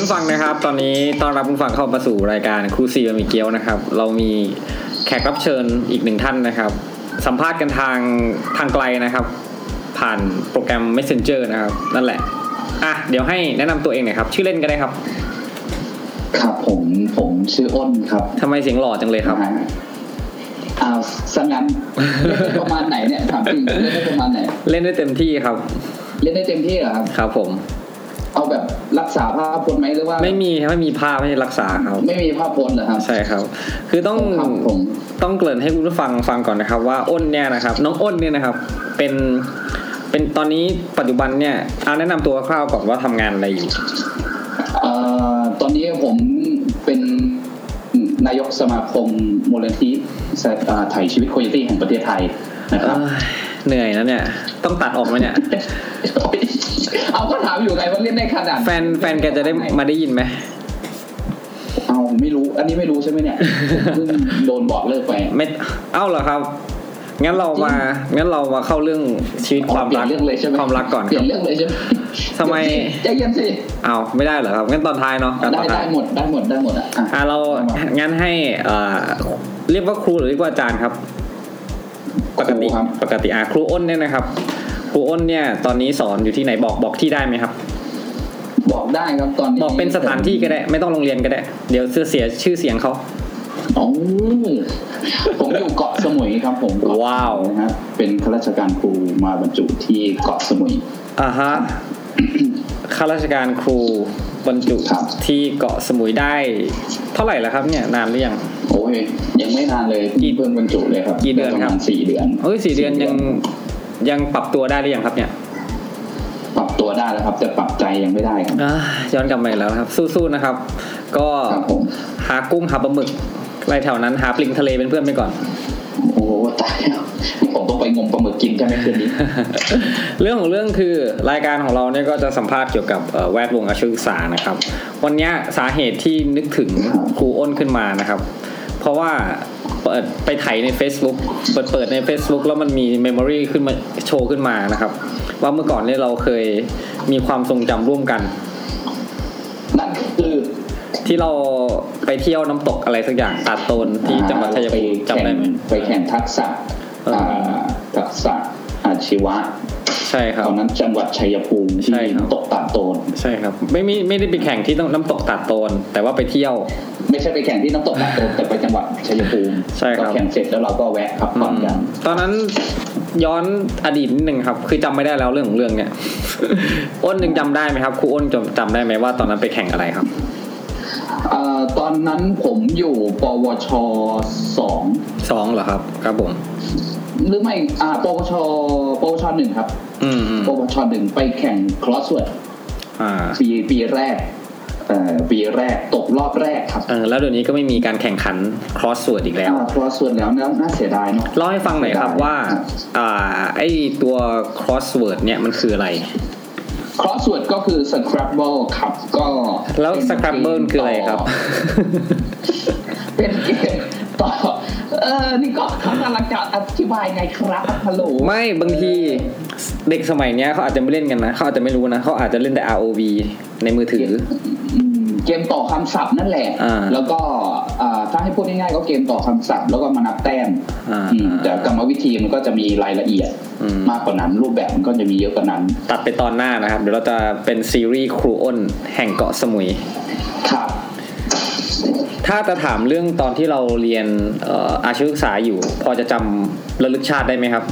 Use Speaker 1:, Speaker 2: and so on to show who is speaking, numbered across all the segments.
Speaker 1: ผู้ฟังนะครับ ตอนนี้ต้อนรับผู้ฟังเข้ามาสู่รายการคู่ซีบะหมีเกี๊ยวนะครับ เรามีแขกรับเชิญอีกหนึ่งท่านนะครับ สัมภาษณ์กันทางทางไกลนะครับ ผ่านโปรแกรม Messenger นะครับ นั่นแหละอ่ะเดี๋ยวให้แนะนำตัวเองหน่อยครับ ชื่อเล่นก็ได้ครับ
Speaker 2: ครับผมผมชื่ออ้นครับ
Speaker 1: ทำไมเสียงหล่อจังเลยครับ
Speaker 2: นะฮะอ้าวสังงั้นเล่นได้ประมาณไหนเนี่ยถามจริงเล่นได้ประมาณไหน
Speaker 1: เล่นได้เต็มที่ครับ
Speaker 2: เล่นได้เต็มที่เหรอครับ
Speaker 1: ครับผม
Speaker 2: เอาแบบรักษาภาพพจน์ไหมหรือว่า
Speaker 1: ไม่มีครับไม่มีภาพให้รักษาครับ
Speaker 2: ไม่มีภาพพจน์เหรอครับ
Speaker 1: ใช่ครับ คือต้อง
Speaker 2: ครับผม
Speaker 1: ต้องเกริ่นให้คุณผู้ฟังฟังก่อนนะครับว่าอ้นเนี่ยนะครับ น้องอ้นเนี่ยนะครับ เป็นเป็นตอนนี้ปัจจุบันเนี่ยเอาแนะนำตัวคร่าวๆก่อนว่าทำงานอะไรอยู่
Speaker 2: เอ่อตอนนี้ผมเป็นนายกสมาคมมูลนิธิสายอ่าไทยชีวิตโคโยตี้แห่งประเทศไทยนะครับ
Speaker 1: เหนื่อยแล้วเนี่ย ต้องตัดออกไหมเนี่ย
Speaker 2: เอาก็ถามอยู่ไงว่าเล่นได้ขนาดไห
Speaker 1: แฟนแฟนแกจะได้มาได้ยินไหม
Speaker 2: เอาไม่รู้ อันนี้ไม่รู้ใช่ไหมเนี่ยเพิ่งโดนบอกเลิกไป
Speaker 1: ไม่เอ้าเหรอครับงั้นเรามางั้นเรามาเข้าเรื่องชีวิตความรัก
Speaker 2: เปลี่ยนเรื่องเลยใช่ไหม
Speaker 1: ความรักก่อนค
Speaker 2: เปลี่ย
Speaker 1: รั
Speaker 2: น
Speaker 1: บ
Speaker 2: เรื่องเลยใช่ไหม
Speaker 1: ทำไม
Speaker 2: ใจเย็นสิ
Speaker 1: เอาไม่ได้เหรอครับงั้นตอนท้ายเนาะ
Speaker 2: ได้
Speaker 1: ตอนท้า
Speaker 2: ได้
Speaker 1: ย
Speaker 2: หมดได้หมดได้หมดอ่ะอ่ะ
Speaker 1: อ่ะเรางั้นให้เอ่อเรียกว่าครูหรือเรียกว่าอาจารย์ครับ ปกติ
Speaker 2: ครูครับ
Speaker 1: ปกติอ่ะครูอ้นเนี่ยนะครับ ครูอ้นเนี่ยตอนนี้สอนอยู่ที่ไหนบอกบอกที่ได้ไหมครับ
Speaker 2: บอกได้ครับตอนนี้
Speaker 1: บอกเป็นสถานที่ก็ได้ ไม่ต้องโรงเรียนก็ได้ เดี๋ยวเสียชื่อเสียงเขา
Speaker 2: อ๋อผมอยู่เกาะสมุยครับ ผมเกะ
Speaker 1: ว้าว
Speaker 2: นะฮะเป็นข้าราชการครูมาบรรจุที่เกาะสมุย
Speaker 1: อ่าฮะข้าราชการครูบรรจุ
Speaker 2: ครับ
Speaker 1: ที่เกาะสมุยได้ เท่าไหร่แล้วครับเนี่ยนานหรือยัง
Speaker 2: โอ้ยยังไม่นานเลย
Speaker 1: กี่
Speaker 2: เพิ่งบรรจุเลยครับ
Speaker 1: กี่เดือนครับ
Speaker 2: ปะมาณสี่เดือน
Speaker 1: เอ้ยสี่เดือนยังยังปรับตัวได้หรือยังครับเนี่ย
Speaker 2: ปรับตัวได้แล้วครับ แต่ปรับใจยังไม่ได้ครับ
Speaker 1: อ่าย้อนกลับมาอีกแล้วครับสู้ๆนะครับ ก็
Speaker 2: ครับผม
Speaker 1: หากุ้งหาปลาหมึกอะไรแถวนั้นหาปลิงทะเลเป็นเพื่อนไปก่อน
Speaker 2: โอ้ตายแล้วนี่ผมต้องไปงมปลาหมึกกินใช่ไหมคืน นี้
Speaker 1: เรื่องของเรื่องคือรายการของเราเนี่ยก็จะสัมภาษณ์เกี่ยวกับเอ่อแวดวงอาชีพศึกษานะครับ วันเนี้ยสาเหตุที่นึกถึงครูอ้นขึ้นมานะครับ เพราะว่าเปิดไปไถใน Facebook เปิดเปิดใน Facebook แล้วมันมีเมมโมรีขึ้นมาโชว์ขึ้นมานะครับ ว่าเมื่อก่อนเนี่ยเราเคยมีความทรงจำร่วมกัน
Speaker 2: นั่นคือ
Speaker 1: ที่เราไปเที่ยวน้ำตกอะไรสักอย่างตาดโตนที่จังหวัดชัยภูมิจำได้ไหม
Speaker 2: ไปแข่งทักษะ
Speaker 1: เอออ่
Speaker 2: าทักษะอาชีวะ
Speaker 1: ใช่ครับ
Speaker 2: ตอนนั้นจังหวัดชัยภูมิ
Speaker 1: ใช่
Speaker 2: ที่
Speaker 1: ครับ
Speaker 2: ตกตาดโตน
Speaker 1: ใช่ครับ ไม่ไม่ไม่ได้ไปแข่งที่น้ำตกตาดโตน แต่ว่าไปเที่ยว
Speaker 2: ไม่ใช่ไปแข่งที่น้ำตกตาดโตนแต่ไปจังหวัดชัยภูมิ
Speaker 1: ใช่ครับ
Speaker 2: ก็แข่งเสร็จแล้วเราก็แวะพักผ่อนกัน
Speaker 1: ตอนนั้นย้อนอดีตนิดหนึ่งครับ คือจำไม่ได้แล้วเรื่องของเรื่องเนี่ย อ้นยังจำได้ไหมครับครูอ้นจำจำได้ไหมว่าตอนนั้นไปแข่งอะไรครับ
Speaker 2: เอ่อตอนนั้นผมอยู่ปวชสอง
Speaker 1: สองเหรอครับ ครับผม
Speaker 2: หรือไม่อ่าปวชปวชหนึ่งครับ
Speaker 1: อืมอืม
Speaker 2: ปวชหนึ่งไปแข่งครอสเวิร์ด
Speaker 1: อ่า
Speaker 2: ปีปีแรกเอ่อปีแรกตกรอบแรกครับ
Speaker 1: เออแล้วเดี๋ยวนี้ก็ไม่มีการแข่งขัน cross word อีกแล้ว
Speaker 2: เพราะส่วนแล้วน่าเสียดายเนาะ
Speaker 1: เล่าให้ฟังหน่อยครับว่า อ่า ไอตัว cross word เนี่ยมันคืออะไร
Speaker 2: ครอสส่วนก็คือ Scrabble ครับ ก็
Speaker 1: แล้ว
Speaker 2: เป็น
Speaker 1: scrabble คืออะไรครับ
Speaker 2: เป็นเกมต่อ เออ นี่ก็คำกำลังจะอธิบายไงครับฮัลโหล
Speaker 1: ไม่บางทีเด็กสมัยเนี้ยเขาอาจจะไม่เล่นกันนะเขาอาจจะไม่รู้นะเขาอาจจะเล่นแต่ ROV ในมือถือ
Speaker 2: อืมเกมต่อคำศัพท์นั่นแหละ
Speaker 1: อ่า
Speaker 2: แล้วก็อ่าถ้าให้พูดง่ายๆก็เกมต่อคำศัพท์ แล้วก็มานับแต้ม
Speaker 1: อ่า
Speaker 2: อืมแต่กรรมวิธีมันก็จะมีรายละเอียด
Speaker 1: อืม
Speaker 2: มากกว่านั้น รูปแบบมันก็จะมีเยอะกว่านั้น
Speaker 1: ตัดไปตอนหน้านะครับ เดี๋ยวเราจะเป็นซีรีส์ครูอ้นแห่งเกาะสมุย
Speaker 2: ครับ
Speaker 1: ถ้าจะถามเรื่องตอนที่เราเรียนเอ่ออาชีวศึกษาอยู่ พอจะจำระลึกชาติได้ไหมครับ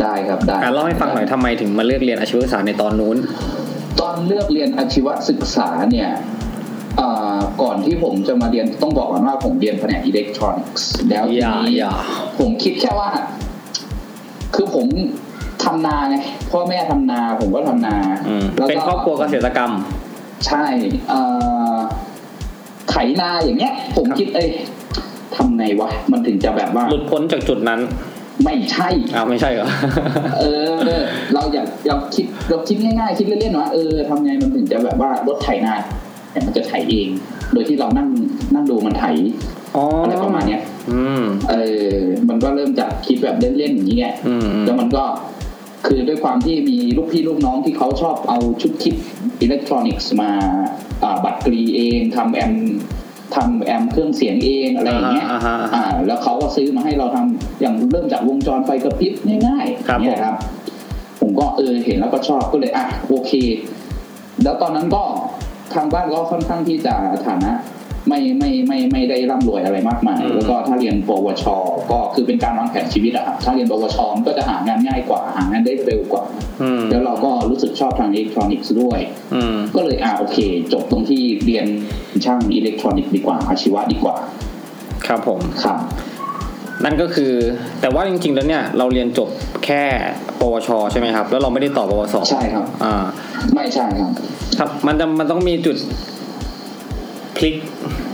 Speaker 2: ได้ครับ ได้
Speaker 1: อ่ะเล่าให้ฟังหน่อยทำไมถึงมาเลือกเรียนอาชีวศึกษาในตอนนู้น
Speaker 2: ตอนเลือกเรียนอาชีวศึกษาเนี่ยเอ่อก่อนที่ผมจะมาเรียนต้องบอกก่อนว่าผมเรียนแผนกอิเล็กทรอนิกส์ แล้วที
Speaker 1: อย่า
Speaker 2: นี้
Speaker 1: อย่า
Speaker 2: ผมคิดแค่ว่า คือผมทำนาไงพ่อแม่ทำนาผมก็ทำนา
Speaker 1: อืม
Speaker 2: แล้วก็
Speaker 1: เป็นครอบครัวเกษตรกรรม
Speaker 2: ใช่เอ่อไถนาอย่างเงี้ย ผม
Speaker 1: ครับ
Speaker 2: คิดเอ้ยทำไงวะ มันถึงจะแบบว่า
Speaker 1: หลุดพ้นจากจุดนั้น
Speaker 2: ไม่ใช่
Speaker 1: อ้าวไม่ใช่เหรอ
Speaker 2: เออ เราอยากอยากคิดเราคิดง่ายๆ คิดเล่นๆว่าเออทำไงมันถึงจะแบบว่ารถไถนาเนี่ยมันจะไถเอง โดยที่เรานั่งนั่งดูมันไถ
Speaker 1: อ๋ออ
Speaker 2: อะไรประมาณเนี้ย
Speaker 1: อืม
Speaker 2: เออมันก็เริ่มจากคิดแบบเล่นๆอย่างนี้ไง
Speaker 1: อืมอืม
Speaker 2: แล้วมันก็คือด้วยความที่มีลูกพี่ลูกน้องที่เขาชอบเอาชุดคิดอิเล็กทรอนิกส์มา อ่าบัตรกรีเองทำแอมทำแอมเครื่องเสียงเองอะไรอย่างเงี้ย
Speaker 1: อ่าฮะอ่าฮะ
Speaker 2: อ่า แล้วเขาก็ซื้อมาให้เราทำอย่างเริ่มจากวงจรไฟกระพริบง่าย
Speaker 1: ครับ
Speaker 2: ๆเนี่ย
Speaker 1: ผม
Speaker 2: ครับ ผมก็เออเห็นแล้วก็ชอบก็เลยอ่ะโอเค แล้วตอนนั้นก็ทางบ้านก็ค่อนข้างที่จะฐานะ ไม่ไม่ไม่ไม่ได้ร่ำรวยอะไรมากมาย
Speaker 1: อืม
Speaker 2: แล้วก็ถ้าเรียนปวช ก็คือเป็นการวางแผนชีวิตอะครับถ้าเรียนปวชมันก็จะหางานง่ายกว่าหางานได้เร็วกว่า
Speaker 1: อืม
Speaker 2: แล้วเราก็รู้สึกชอบทางอิเล็กทรอนิกส์ด้วย
Speaker 1: อืม
Speaker 2: ก็เลยอ่าโอเค จบตรงที่เรียนช่างอิเล็กทรอนิกส์ดีกว่าอาชีวะดีกว่า
Speaker 1: ครับผม
Speaker 2: ครับ
Speaker 1: นั่นก็คือ แต่ว่าจริง ๆ แล้วเนี่ย เราเรียนจบแค่ปวช ใช่ไหมครับ แล้วเราไม่ได้ต่อปวส
Speaker 2: ใช่ครับ
Speaker 1: อ่า
Speaker 2: ไม่ใช่ครับ
Speaker 1: ครับ มันจะมันต้องมีจุดพลิก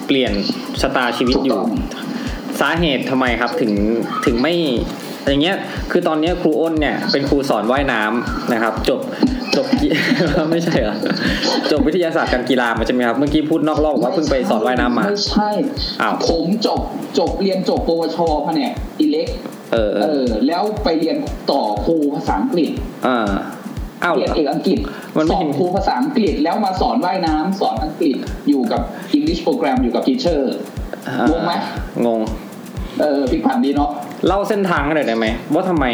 Speaker 1: เปลี่ยนชะตาชีวิต
Speaker 2: ถูก
Speaker 1: อยู่
Speaker 2: ต้อง
Speaker 1: สาเหตุทำไมครับถึงถึงไม่อย่างเงี้ย คือตอนเนี้ยครูอ้นเนี่ยเป็นครูสอนว่ายน้ำนะครับ จบจบ ไม่ใช่เหรอจบวิทยาศาสตร์การกีฬามาใช่ไหมครับเมื่อกี้พูดนอกรอบว่าเพิ่งไปสอนว่ายน้ำมา
Speaker 2: ไม่ใช่
Speaker 1: อ้าว
Speaker 2: ผมจบจบเรียนจบปวชแผนกอิเล็ก
Speaker 1: เออเอ
Speaker 2: เอ
Speaker 1: อ
Speaker 2: อ แล้วไปเรียนต่อครูภาษาอังกฤษ
Speaker 1: อ่าอ้าวเหร
Speaker 2: เรียน
Speaker 1: อ
Speaker 2: เอกอังกฤษ
Speaker 1: มันไม่
Speaker 2: สอ
Speaker 1: เห็
Speaker 2: น
Speaker 1: น
Speaker 2: ครูภาษาอังกฤษ แล้วมาสอนว่ายน้ำสอนอังกฤษอยู่กับ English program อยู่กับ teacher งงไหม
Speaker 1: งง
Speaker 2: เออพลิกผันดีเนาะ
Speaker 1: เล่าเส้นทางกันหน่อยได้ไหมว่าทำไม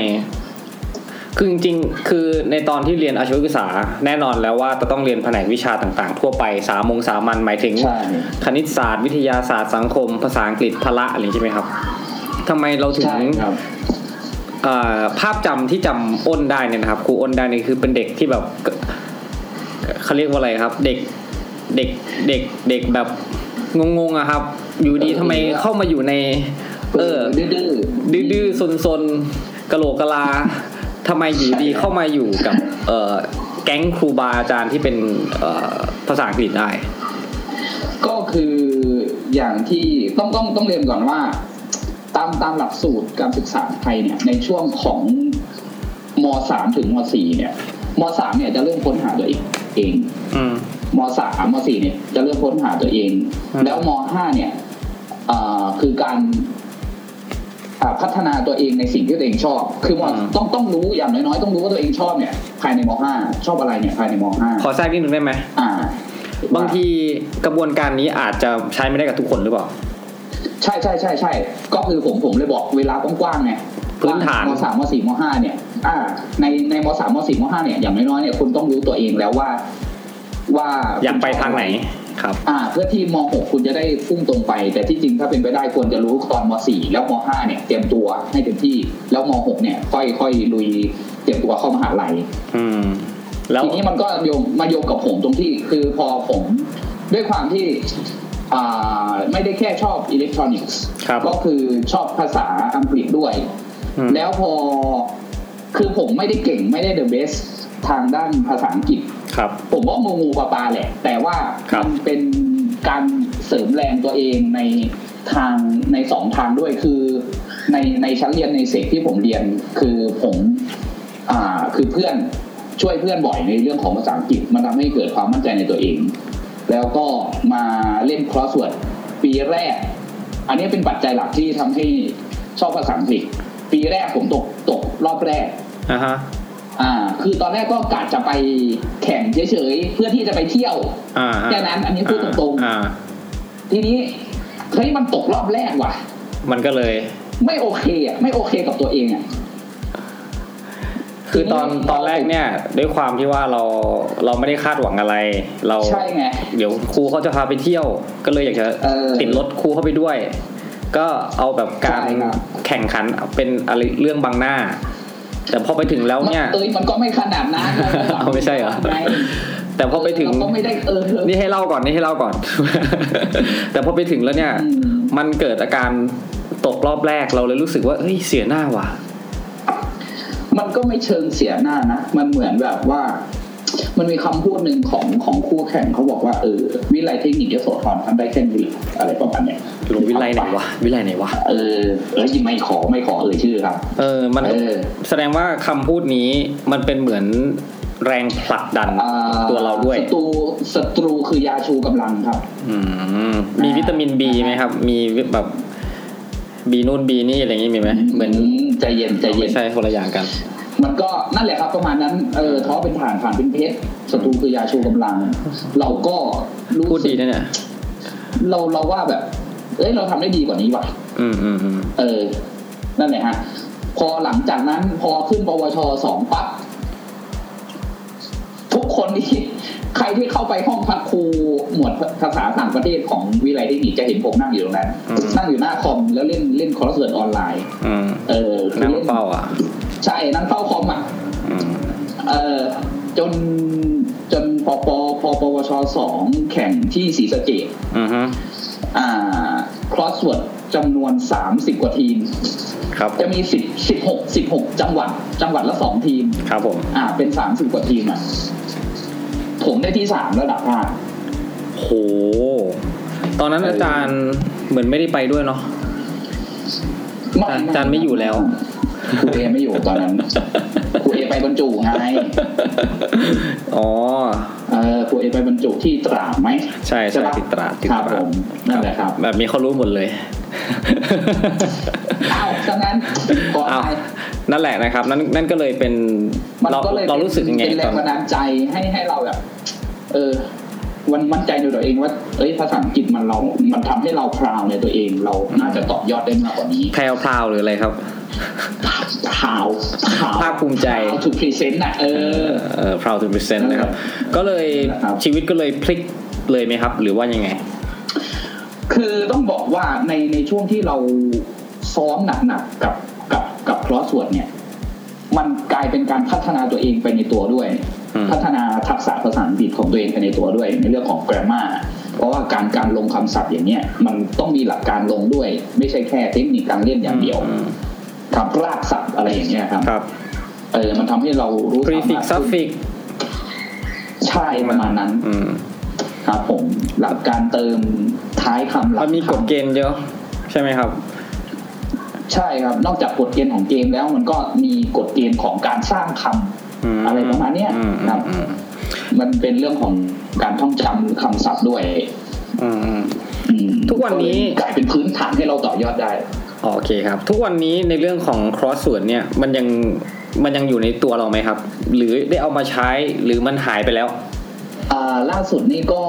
Speaker 1: คือจริงๆ คือในตอนที่เรียนอาชีวศึกษาแน่นอนแล้วว่าจะต้องเรียนแผนกวิชาต่างๆ ทั่วไปสามมงสามัญหมายถึง
Speaker 2: ใช่
Speaker 1: คณิตศาสตร์ วิทยาศาสตร์สังคม ภาษาอังกฤษพละอะไรอย่างนี้ใช่ไหมครับทำไมเราถึง
Speaker 2: ใช่ครับ
Speaker 1: เอ่อภาพจำที่จำอ้นได้เนี่ยนะครับครูอ้นได้เนี่ยคือเป็นเด็กที่แบบเอ่อเขาเรียกว่าอะไรครับ เด็กเด็กเด็กเด็กแบบงงๆอะครับ อยู่ดีทำไมเข้ามาอยู่ใน เออ
Speaker 2: ดื้อๆ
Speaker 1: ดื้อดื้อซนซนๆกะโหลกกะลาทำไมอยู่ดีเข้ามาอยู่กับ เอ่อแก๊งครูบาอาจารย์ที่เป็นเอ่อภาษาอังกฤษได้
Speaker 2: ก็คืออย่างที่ต้องต้องต้องเรียนก่อนว่า ตามตามหลักสูตรการศึกษาไทยเนี่ย ในช่วงของม .3 ถึงม .4 เนี่ยม .3 เนี่ยจะเริ่มค้นหาตัวเองเอง
Speaker 1: อืม
Speaker 2: ม .3 ม .4 เนี่ยจะเริ่มค้นหาตัวเอง
Speaker 1: อืม
Speaker 2: แล้วม .5 เนี่ยอ่าคือการอ่าพัฒนาตัวเองในสิ่งที่ตัวเองชอบ คือมต้องต้องรู้อย่างน้อยๆต้องรู้ว่าตัวเองชอบเนี่ย ภายในม .5 ชอบอะไรเนี่ยภายในม
Speaker 1: ขอแทรกนิดนึงได้ไหม
Speaker 2: .5 อ่า
Speaker 1: บางทีกระบวนการนี้อาจจะใช้ไม่ได้กับทุกคนหรือเปล่า
Speaker 2: ใช่ใช่ใช่ใช่ก็คือผมผมเลยบอกเวลากว้างๆไง
Speaker 1: พื้นฐาน
Speaker 2: มสามมสี่มห้าเนี่ยอ่าในในมสามมสี่มห้าเนี่ยอย่างน้อยๆเนี่ยคุณต้องรู้ตัวเองแล้วว่า ว่า
Speaker 1: อยากไปทางไหนครับ
Speaker 2: อ่า เพื่อที่มหกคุณจะได้พุ่งตรงไป แต่ที่จริงถ้าเป็นไปได้ควรจะรู้ตอนมสี่แล้วมห้าเนี่ยเตรียมตัวให้เต็มที่แล้วมหกเนี่ย ค่อยค่อยลุยเตรียมตัวเข้ามหาลัย
Speaker 1: อืม แล้ว
Speaker 2: ทีนี้มันก็โยงมาโยงกับผมตรงที่คือพอผม ด้วยความที่อ่าไม่ได้แค่ชอบอิเล็กทรอนิกส์
Speaker 1: ครับ
Speaker 2: ก็คือชอบภาษาอังกฤษด้วย
Speaker 1: อืม
Speaker 2: แล้วพอคือผมไม่ได้เก่งไม่ได้เดอะเบสทางด้านภาษาอังกฤษ
Speaker 1: ครับ
Speaker 2: ผมก็งูงูปลาปลาแหละ แต่ว่า
Speaker 1: ครับ
Speaker 2: มันเป็นการเสริมแรงตัวเองในทางในสองทางด้วยคือในในชั้นเรียนในเสกที่ผมเรียนคือผมอ่าคือเพื่อนช่วยเพื่อนบ่อยในเรื่องของภาษาอังกฤษ มันทำให้เกิดความมั่นใจในตัวเอง แล้วก็มาเล่นครอสเวิร์ดปีแรก อันนี้เป็นปัจจัยหลักที่ทำให้ชอบภาษาอังกฤษ ปีแรกผมตกตกรอบแรก
Speaker 1: อ่าฮะ
Speaker 2: อ่า คือตอนแรกก็กะจะไปแข่งเฉยๆ เพื่อที่จะไปเที่ยว
Speaker 1: อ่าฮะ
Speaker 2: แค่นั้นอันนี้พูดตรงๆ
Speaker 1: อ่า
Speaker 2: ทีนี้เฮ้ยมันตกรอบแรกว่ะ
Speaker 1: มันก็เลย
Speaker 2: ไม่โอเคอ่ะ ไม่โอเคกับตัวเองอ่ะ
Speaker 1: คือตอนตอนแรกเนี่ยด้วยความที่ว่าเราเราไม่ได้คาดหวังอะไร เรา
Speaker 2: ใช่ไง
Speaker 1: เดี๋ยวครูเขาจะพาไปเที่ยว ก็เลยอยากจะ
Speaker 2: เออ
Speaker 1: ติดรถครูเข้าไปด้วย ก็เอาแบบการ
Speaker 2: ใช่ครับ
Speaker 1: แข่งขันเป็นอะไรเรื่องบางหน้า แต่พอไปถึงแล้วเนี่ย
Speaker 2: มันเอ้ยมันก็ไม่ขนาดนั้น
Speaker 1: เอาไม่ใช่เหรอ
Speaker 2: ไม่
Speaker 1: แต่พอไปถึง
Speaker 2: เราก็ไม่ได้เออ
Speaker 1: นี่ให้เล่าก่อนนี่ให้เล่าก่อน แต่พอไปถึงแล้วเนี่ย
Speaker 2: อืม
Speaker 1: มันเกิดอาการตกรอบแรกเราเลยรู้สึกว่าเฮ้ยเสียหน้าว่ะ
Speaker 2: มันก็ไม่เชิงเสียหน้านะ มันเหมือนแบบว่า มันมีคำพูดหนึ่งของของคู่แข่งเขาบอกว่าเออวิไลเทคนิคยโสธรทำได้แค่นี้อะไรประมาณเนี้ย
Speaker 1: หรือวิไลไหนวะวิไลไหนวะ
Speaker 2: เออเอ้ยไม่ขอไม่ขอเอ่ยชื่อครับ
Speaker 1: เออมันก็
Speaker 2: เออ
Speaker 1: แสดงว่าคำพูดนี้มันเป็นเหมือนแรงผลักดัน
Speaker 2: อ่า
Speaker 1: ตัวเราด้วย
Speaker 2: ศัตรูศัตรูคือยาชูกำลังครับ
Speaker 1: อืมมีวิตามินบีไหมครับ มีแบบบีนู่นบีนี่อะไรอย่างงี้มีไหมเหมือน
Speaker 2: ใจเย็นใจเย็
Speaker 1: ไม่
Speaker 2: น
Speaker 1: ใช่คนละอย่างกัน
Speaker 2: มันก็นั่นแหละครับประมาณนั้นเออท้อเป็นฐานฐานเป็นเพชรศัตรูคือยาชูกำลัง เราก็รู้
Speaker 1: พูด
Speaker 2: สึ
Speaker 1: ดี
Speaker 2: ก
Speaker 1: นะเนี่ย
Speaker 2: เราเราว่าแบบ เอ้ยเราทำได้ดีกว่านี้ว่ะ
Speaker 1: อืมอืมอืม
Speaker 2: เออ นั่นแหละฮะ พอหลังจากนั้นพอขึ้นปวชสองปั๊บทุกคนที่ ใครที่เข้าไปห้องพักครูหมวดภาษาต่างประเทศของวิไลเทคนิคจะเห็นผมนั่งอยู่ตรงนั้น นั่งอยู่หน้าคอมแล้วเล่นเล่นคอร์สเรียนออนไลน์
Speaker 1: อืม
Speaker 2: เออคือ
Speaker 1: นั่ง
Speaker 2: ล่
Speaker 1: เฝ้าอ่ะ
Speaker 2: ใช่นั่งเฝ้าคอมอ่ะ
Speaker 1: อืม
Speaker 2: เออจนจนปปปปวชสองแข่งที่ศรีสะเกษ
Speaker 1: อือฮึ
Speaker 2: อ่าคอร์สเวิร์ดจำนวนสามสิบกว่าทีม
Speaker 1: ครับผ
Speaker 2: จะ
Speaker 1: ม
Speaker 2: มีสิบสิบหกสิบหกจังหวัด จังหวัดละสองทีม
Speaker 1: ครับผม
Speaker 2: อ่า เป็นสามสิบกว่าทีมอ่ะ ผมได้ที่สามระดับภาค
Speaker 1: โหตอนนั้นอาจารย์เหมือนไม่ได้ไปด้วยเนาะ อาจารย์ไม่อยู่แล้ว
Speaker 2: ครูเอไม่อยู่ตอนนั้นครูเอไปบรรจุไง
Speaker 1: อ๋อ
Speaker 2: เออครูเอไปบรรจุที่ตราดไหม
Speaker 1: ใช่ใช่
Speaker 2: ปะ
Speaker 1: ติดตราดติด
Speaker 2: ครับ
Speaker 1: ต
Speaker 2: ผ
Speaker 1: ราด
Speaker 2: มนั่นแหละครับ
Speaker 1: แบบนี้เขารู้หมดเลย
Speaker 2: อ้าวดังนั้นขอ
Speaker 1: อ้าว
Speaker 2: ไป
Speaker 1: นั่นแหละนะครับนั่นนั่นก็เลยเป็น
Speaker 2: มัน
Speaker 1: เรา
Speaker 2: ก็เลย
Speaker 1: เรารู้สึกยังไง
Speaker 2: เป็นแร
Speaker 1: ตอง น
Speaker 2: บันดาลใจให้ให้เราแบบ เออ วันมั่นใจในตัวเองว่า เอ้ย ภาษาอังกฤษมันเรา มันทำให้เราพราวในตัวเอง เรา น่าจะตอบยอดได้มากกว่านี้
Speaker 1: แพรวพราวหรืออะไรครับ
Speaker 2: พราวพราว
Speaker 1: ภาคภูมิใจ
Speaker 2: ถูกพรีเซนต์นะเออ
Speaker 1: เอ่อ proud to present นะครับ ก็เลย
Speaker 2: นะครับ
Speaker 1: ชีวิตก็เลยพลิกเลยไหมครับ หรือว่ายังไง
Speaker 2: คือต้องบอกว่าในในช่วงที่เราซ้อมหนักๆกับกับกับครอสเวิร์ดเนี่ย มันกลายเป็นการพัฒนาตัวเองไปในตัวด้วย
Speaker 1: อืม
Speaker 2: พัฒนาทักษะภาษาอังกฤษของตัวเองไปในตัวด้วย ในเรื่องของ grammar เพราะว่าการการลงคำศัพท์อย่างเนี้ยมันต้องมีหลักการลงด้วย ไม่ใช่แค่เทคนิคการเล่นอย่างเดียว
Speaker 1: อืม
Speaker 2: คำรากศัพท์อะไรอย่างเงี้ยครับ
Speaker 1: ครับ
Speaker 2: เออมันทำให้เรารู้
Speaker 1: prefix
Speaker 2: สามารถ
Speaker 1: suffix
Speaker 2: ใช่ประมาณนั้น
Speaker 1: อืม
Speaker 2: ครับผมหลักการเติมท้ายคำหลั
Speaker 1: มันมีกฎ
Speaker 2: คำ
Speaker 1: เกณฑ์เยอะ ใช่ไหมครับ
Speaker 2: ใช่ครับ นอกจากกฎเกณฑ์ของเกมแล้วมันก็มีกฎเกณฑ์ของการสร้างคำ
Speaker 1: ม
Speaker 2: อะไรประมาณเนี้ย
Speaker 1: อืม
Speaker 2: ครับ
Speaker 1: อืม
Speaker 2: มันเป็นเรื่องของการท่องจำคำศัพท์ด้วย
Speaker 1: อืมอืม
Speaker 2: อืม
Speaker 1: ทุกวันนี้
Speaker 2: เลยกลายเป็นพื้นฐานให้เราต่อยอดได้
Speaker 1: อ๋อโอเคครับ ทุกวันนี้ในเรื่องของ cross ส่วนเนี่ย มันยังมันยังอยู่ในตัวเราไหมครับ หรือได้เอามาใช้หรือมันหายไปแล้ว
Speaker 2: อ่าล่าสุดนี่ก็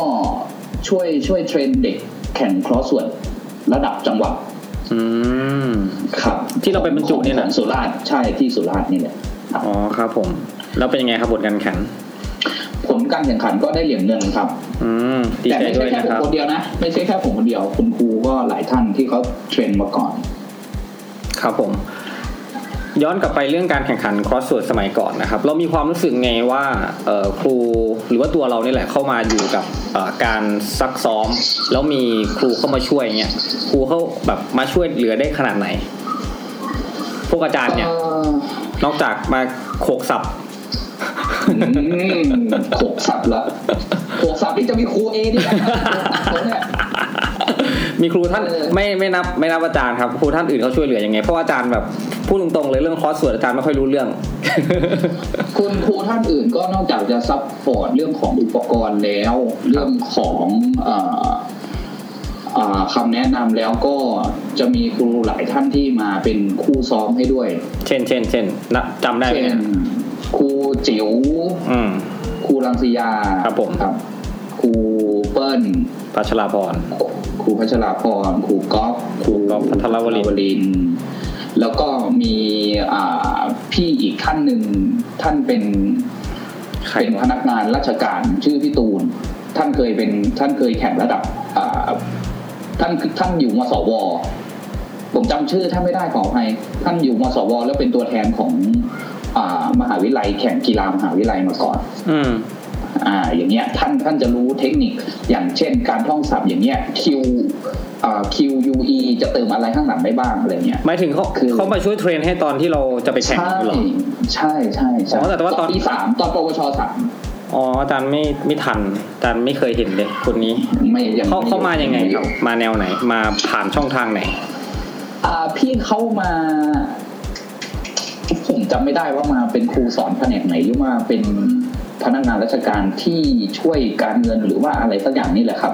Speaker 2: ช่วยช่วยเทรนเด็กแข่งครอสส่วนระดับจังหวัด
Speaker 1: อืม
Speaker 2: ครับ
Speaker 1: ที่เราไปบรรจุเนี่ยนะ
Speaker 2: ของสุราษฎร์ใช่ที่สุราษฎร์นี่แหละครับ
Speaker 1: อ๋อครับผม แล้วเป็นยังไงครับบทการแข่ง
Speaker 2: ผลการแข่งขันก็ได้เหรียญเงินครับ
Speaker 1: อืมดี
Speaker 2: แต่
Speaker 1: ใจ
Speaker 2: ไม่
Speaker 1: ด้
Speaker 2: ใช่
Speaker 1: วย
Speaker 2: แค่
Speaker 1: นะค
Speaker 2: ผม
Speaker 1: รับ
Speaker 2: คนเดียวนะ ไม่ใช่แค่ผมคนเดียว คุณครูก็หลายท่านที่เขาเทรนมาก่อน
Speaker 1: ครับผม ย้อนกลับไปเรื่องการแข่งขัน cross ส่วนสมัยก่อนนะครับ เรามีความรู้สึกไงว่าเอ่อครูหรือว่าตัวเราเนี่ยแหละเข้ามาอยู่กับเอ่อการซักซ้อม แล้วมีครูเข้ามาช่วยเนี่ยครูเขาแบบมาช่วยเหลือได้ขนาดไหน พวกอาจารย์เนี่ย นอกจากมาโขกสับ
Speaker 2: อืมโขกสับละโขกสับนี่จะมีครูเอ นี่แหละผมเนี่ย
Speaker 1: มีครูท่าน
Speaker 2: เออ
Speaker 1: ไม่ไม่นับไม่นับอาจารย์ครับครูท่านอื่นเขาช่วยเหลือยังไงเพราะว่าอาจารย์แบบพูดตรงๆเลยเรื่องคอร์สส่วนอาจารย์ไม่ค่อยรู้เรื่อง
Speaker 2: คุณครูท่านอื่นก็นอกจากจะซัพพอร์ตเรื่องของอุปกรณ์แล้ว เรื่องของเอ่อเอ่อคำแนะนำแล้วก็จะมีครูหลายท่านที่มาเป็นคู่ซ้อมให้ด้วย
Speaker 1: เช่นเช่นเช่นนะจำได้ไหม
Speaker 2: เช่น
Speaker 1: เนี่ย
Speaker 2: ครูจิ๋ว
Speaker 1: อืม
Speaker 2: ครูรังสียา
Speaker 1: ครับผม
Speaker 2: ครับครูเปิ้ล
Speaker 1: พัชราพร
Speaker 2: ครูพัชราพรครูก๊อฟครู
Speaker 1: ก๊อฟพัทรวรินทร์
Speaker 2: นทร์แล้วก็มีอ่าพี่อีกท่านหนึ่งท่านเป็น
Speaker 1: ใคร
Speaker 2: เป็นพ
Speaker 1: วะ
Speaker 2: นักงานราชการชื่อพี่ตูน ท่านเคยเป็นท่านเคยแข่งระดับอ่าท่านท่านอยู่มสว ผมจำชื่อท่านไม่ได้ขออภัยท่านอยู่มสว แล้วเป็นตัวแทนของอ่ามหาวิทยาลัย แข่งกีฬามหาวิทยาลัยมาก่อน
Speaker 1: อืม
Speaker 2: อ่าอย่างเงี้ยท่านท่านจะรู้เทคนิคอย่างเช่นการท่องศัพท์อย่างเงี้ย Q อ่า Q U E จะเติมอะไรข้างหลังได้บ้างอะไรเงี้ย
Speaker 1: หมายถึงเขา
Speaker 2: คือ
Speaker 1: เขามาช่วยเทรนให้ตอนที่เราจะไปแข่ง
Speaker 2: ใช่
Speaker 1: เหรอ
Speaker 2: ใช่ใช่ใช่
Speaker 1: อ๋อแต่ว่าตอน
Speaker 2: ปีสามตอนปวชสาม
Speaker 1: อ๋ออาจารย์ไม่ไม่ทันอาจารย์ไม่เคยเห็นเลยคนนี้
Speaker 2: ไม่ยัง
Speaker 1: เขาเขามายังไงครับมาแนวไหน มาผ่านช่องทางไหน
Speaker 2: อ่าพี่เขามาผมจำไม่ได้ว่ามาเป็นครูสอนแผนกไหนหรือมาเป็นพนักงานราชการที่ช่วยการเงินหรือว่าอะไรสักอย่างนี่แหละครับ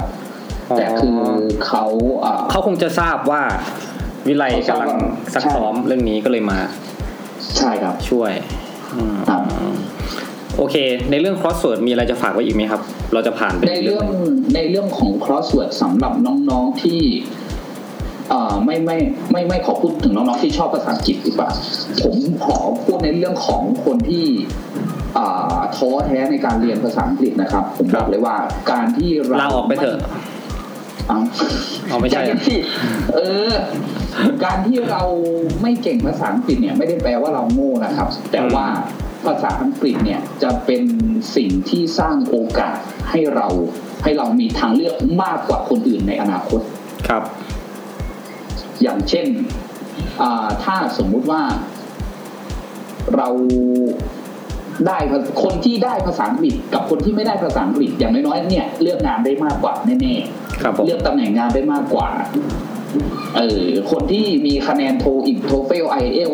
Speaker 1: อ๋อ
Speaker 2: แต่คือเขาอ่า
Speaker 1: เขาคงจะทราบว่าวิไลกำลังซักซ้อมเรื่องนี้ก็เลยมา
Speaker 2: ใช่ครับ
Speaker 1: ช่วย อืม
Speaker 2: ครับ
Speaker 1: โอเค ในเรื่อง crossword มีอะไรจะฝากไว้อีกไหมครับ เราจะผ่านไป
Speaker 2: ในเรื่องในเรื่องของ crossword สำหรับน้องๆที่เอ่อไม่ไม่ไม่ไม่ขอพูดถึงน้องๆที่ชอบภาษาอังกฤษดีกว่า ผมขอพูดในเรื่องของคนที่อ่าท้อแท้ในการเรียนภาษาอังกฤษนะครับ ผมบอกเลยว่าการที่เรา
Speaker 1: ลาออกไปเถอะ
Speaker 2: เอา
Speaker 1: เอาไม่ใช่
Speaker 2: อย่า
Speaker 1: อะ
Speaker 2: งที่เออ การที่เราไม่เก่งภาษาอังกฤษเนี่ย ไม่ได้แปลว่าเราโง่นะครับ แต่ว่าภาษาอังกฤษเนี่ยจะเป็นสิ่งที่สร้างโอกาสให้เรา ให้เรามีทางเลือกมากกว่าคนอื่นในอนาคต
Speaker 1: ครับ
Speaker 2: อย่างเช่นอ่าถ้าสมมุติว่าเราได้ภาคนที่ได้ภาษาอังกฤษ กับคนที่ไม่ได้ภาษาอังกฤษอย่างน้อยๆเนี่ยเลือกงานได้มากกว่าแน่ๆ
Speaker 1: ครับผม
Speaker 2: เลือกตำแหน่งงานได้มากกว่า เออ คนที่มีคะแนนโทอีกโทเฟลไอเอล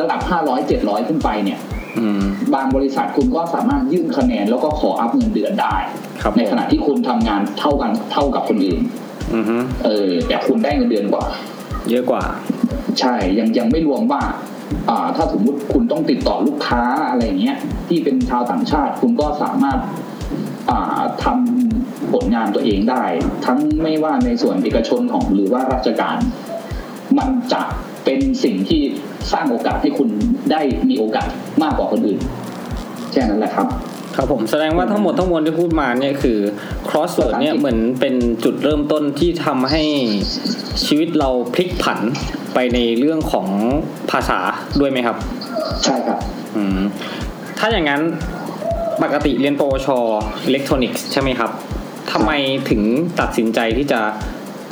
Speaker 2: ระดับ 500 700 ขึ้นไปเนี่ย
Speaker 1: อืม
Speaker 2: บางบริษัทคุณก็สามารถยื่นคะแนนแล้วก็ขออัพเงินเดือนได้
Speaker 1: ครับผม
Speaker 2: ในขณะที่คุณทำงานเท่ากันเท่ากับคนอื่น
Speaker 1: อือฮึ
Speaker 2: เออ แต่คุณได้เงินเดือนกว่า
Speaker 1: เยอะกว่า
Speaker 2: ใช่ ยังยังไม่รวมว่า อ่า ถ้าสมมุติคุณต้องติดต่อลูกค้าอะไรอย่างเงี้ย ที่เป็นชาวต่างชาติ คุณก็สามารถ อ่าทำผลงานตัวเองได้ ทั้งไม่ว่าในส่วนเอกชนของหรือว่าราชการ มันจะเป็นสิ่งที่สร้างโอกาสให้คุณได้มีโอกาสมากกว่าคนอื่น แค่นั้นแหละครับ
Speaker 1: ครับผมแสดงว่าทั้งหมดทั้งมวลที่พูดมาเนี่ยคือ crossword เนี่ยเหมือนเป็นจุดเริ่มต้นที่ทำให้ชีวิตเราพลิกผันไปในเรื่องของภาษาด้วยไหมครับ
Speaker 2: ใช่ครับ
Speaker 1: อืมถ้าอย่างนั้นปกติเรียนปวชอิเล็กทรอนิกส์ใช่ไหมครับทำไมถึงตัดสินใจที่จะ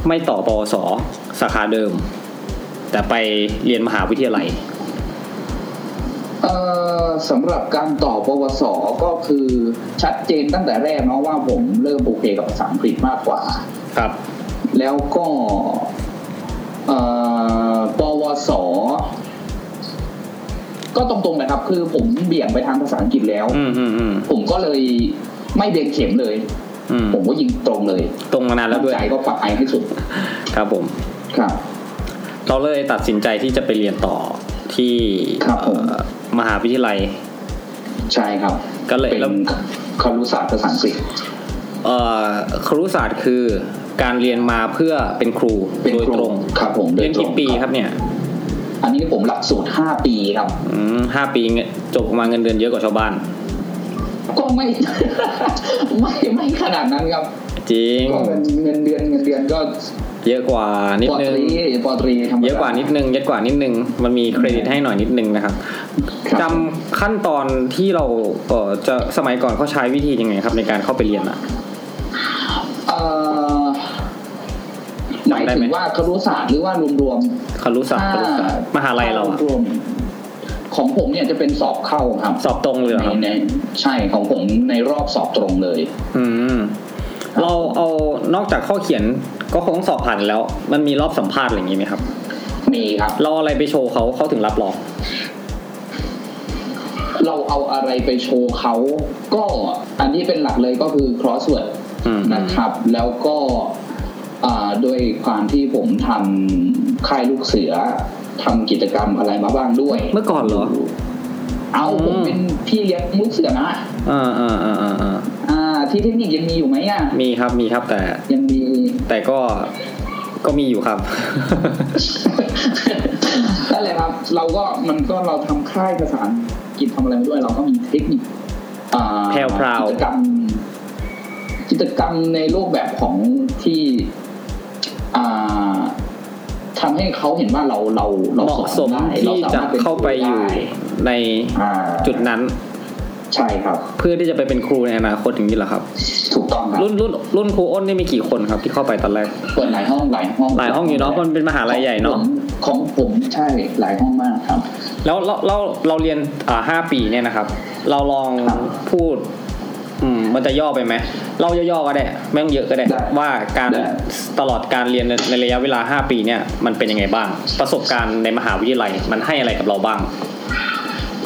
Speaker 1: ไม่ต่อปวสสาขาเดิม แต่ไปเรียนมหาวิทยาลัย
Speaker 2: เอ่อสำหรับการต่อปวสก็คือชัดเจนตั้งแต่แรกเนาะว่าผมเริ่มโอเคกับภาษาอังกฤษมากกว่า
Speaker 1: ครับ
Speaker 2: แล้วก็เอ่อปวส ก็ตรงๆนะครับ คือผมเบี่ยงไปทางภาษาอังกฤษแล้ว
Speaker 1: อืมอืมอืม
Speaker 2: ผมก็เลยไม่เบนเข็มเลย
Speaker 1: อืม
Speaker 2: ผมก็ยิงตรงเลย
Speaker 1: ตรงมานานแล้ว
Speaker 2: ตั้ง
Speaker 1: ด้วย
Speaker 2: ใจก็ปักไอให้สุด
Speaker 1: ครับผม
Speaker 2: ครับ
Speaker 1: เราเลยตัดสินใจที่จะไปเรียนต่อที่
Speaker 2: ครับผม
Speaker 1: เอ่อมหาวิทยาลัย
Speaker 2: ใช่ครับ
Speaker 1: ก็เลย
Speaker 2: เป็น
Speaker 1: แล้ว
Speaker 2: คารุศาสตร์ภาษาอังกฤษ
Speaker 1: เอ่อครุศาสตร์คือการเรียนมาเพื่อเป็นครู
Speaker 2: เป็น
Speaker 1: โดย
Speaker 2: ค
Speaker 1: ต
Speaker 2: รู
Speaker 1: รง
Speaker 2: ครับผมโดย
Speaker 1: เรียน
Speaker 2: ตร
Speaker 1: กี่
Speaker 2: ง
Speaker 1: ปีค
Speaker 2: ครั
Speaker 1: รับบ เนี่ย
Speaker 2: อันนี้ผมหลักสูตรห้าปีครับ
Speaker 1: อืมห้าปีเงินจบมาเงินเดือนเยอะกว่าชาวบ้าน
Speaker 2: ก็ไม่ ไม่ไม่ขนาดนั้นครับ
Speaker 1: จริง
Speaker 2: ก็เงินเงินเดือนเงินเดือนก็
Speaker 1: เยอะกว่านิด
Speaker 2: ปอ
Speaker 1: นึ
Speaker 2: ต
Speaker 1: ง
Speaker 2: รีปอตรีธรรมด
Speaker 1: เยอะกว่านิดนึงเยอะกว่านิดนึงมันมีเครดิตให้หน่อยนิดนึงนะครับ
Speaker 2: ครับ
Speaker 1: จำขั้นตอนที่เราเอ่อจะสมัยก่อนเขาใช้วิธียังไงครับ ในการเข้าไปเรียนอ่ะ
Speaker 2: เอ่อหมาย
Speaker 1: จำได้
Speaker 2: ถึ
Speaker 1: ไหม
Speaker 2: งว่าครุศาสตร์หรือว่ารวม
Speaker 1: ครุ
Speaker 2: ๆ
Speaker 1: ศาสตร์ค
Speaker 2: ถ้า
Speaker 1: รุศาสตร์มหาลัยเราอะ
Speaker 2: ถ้วมๆของผมเนี่ยจะเป็นสอบเข้าครับ
Speaker 1: สอบตรงเลยเหรอ
Speaker 2: ใน
Speaker 1: ครับ
Speaker 2: ในใช่ของผมในรอบสอบตรงเลย
Speaker 1: อืมเราเอานอกจากข้อเขียนก็คงต้องสอบผ่านแล้ว มันมีรอบสัมภาษณ์อะไรอย่างนี้ไหมครับ
Speaker 2: มีครับ
Speaker 1: เราเอาอะไรไปโชว์เขาเขาถึงรับเรา
Speaker 2: เราเอาอะไรไปโชว์เขา ก็อันนี้เป็นหลักเลยก็คือ crossword
Speaker 1: อืม
Speaker 2: นะครับ แล้วก็อ่าด้วยความที่ผมทำค่ายลูกเสือทำกิจกรรมอะไรมาบ้างด้วย
Speaker 1: เมื่อก่อนเหรอ
Speaker 2: เอาผม
Speaker 1: อืม
Speaker 2: เป็นพี่เลี้ยงลูกเสือนะ
Speaker 1: อ่าอ่าอ่าอ่าอ่า
Speaker 2: อ่า ที่เทคนิคยังมีอยู่ไหมอ่ะ
Speaker 1: มีครับมีครับแต่
Speaker 2: ยัง มี
Speaker 1: แต่ก็ก็มีอยู่ครับ
Speaker 2: นั่นแหละครับ เราก็มันก็เราทำค่ายภาษาอังกฤษทำอะไรมาด้วย เราก็มีเทคนิคอ่า
Speaker 1: แพรวๆ
Speaker 2: กิจกรรม กิจกรรมในรูปแบบของที่อ่าทำให้เขาเห็นว่าเราเราเรา
Speaker 1: เหมาะส
Speaker 2: อน
Speaker 1: ม
Speaker 2: ได้ร
Speaker 1: ที่
Speaker 2: ร
Speaker 1: จะ
Speaker 2: ถน
Speaker 1: เข้าไปอยู่
Speaker 2: ด้
Speaker 1: ใน
Speaker 2: อ่า
Speaker 1: จุดนั้น
Speaker 2: ใช่ครับ
Speaker 1: เพื่อที่จะไปเป็นครูในอนาคตอย่างนี้เหรอครับ
Speaker 2: ถูกต้องครับ
Speaker 1: รุ่นรุ่นรุ่นครูอ้นนี่มีกี่คนครับที่เข้าไปตอนแรก
Speaker 2: เปิดหลายห้องหลายห้อง
Speaker 1: หลายห้องอยู่เนาะมันเป็นมหาลัยใหญ่เนาะ
Speaker 2: ของผมของผมใช่หลายห้องมากครับ
Speaker 1: แล้วเราเราเราเรียนอ่าห้าปีเนี่ยนะครับ เราลอง
Speaker 2: ครับ
Speaker 1: พูด อืมมันจะย่อไปไหมเราย่อๆก็ได้ไม่ต้องเยอะก็ได้
Speaker 2: ได้
Speaker 1: ว่าการ
Speaker 2: ได้
Speaker 1: ตลอดการเรียนในในระยะเวลาห้าปีเนี่ยมันเป็นยังไงบ้าง ประสบการณ์ในมหาวิทยาลัยมันให้อะไรกับเราบ้าง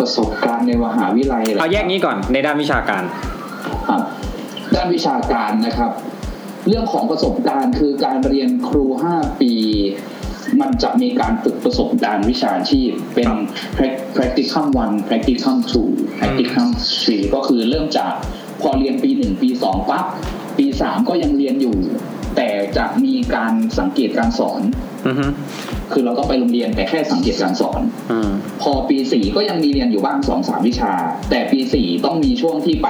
Speaker 2: ประสบการณ์ในมหาวิทยาลัยหร
Speaker 1: เอาแยกนี้ก่อนในด้านวิชาการ
Speaker 2: ครับ ด้านวิชาการนะครับ เรื่องของประสบการณ์คือการเรียนครู 5 ปี มันจะมีการฝึกประสบการณ์วิชาชีพ เป็น
Speaker 1: ครับ
Speaker 2: prac- practicum one practicum two practicum three ก็คือเริ่มจากพอเรียนปีหนึ่งปีสองปั๊บปีสามก็ยังเรียนอยู่ แต่จะมีการสังเกตการสอน
Speaker 1: อือฮึ
Speaker 2: คือเราต้องไปโรงเรียนแต่แค่สังเกตการสอน
Speaker 1: อืม
Speaker 2: พอปีสี่ก็ยังมีเรียนอยู่บ้างสองสามวิชา แต่ปีสี่ต้องมีช่วงที่ไป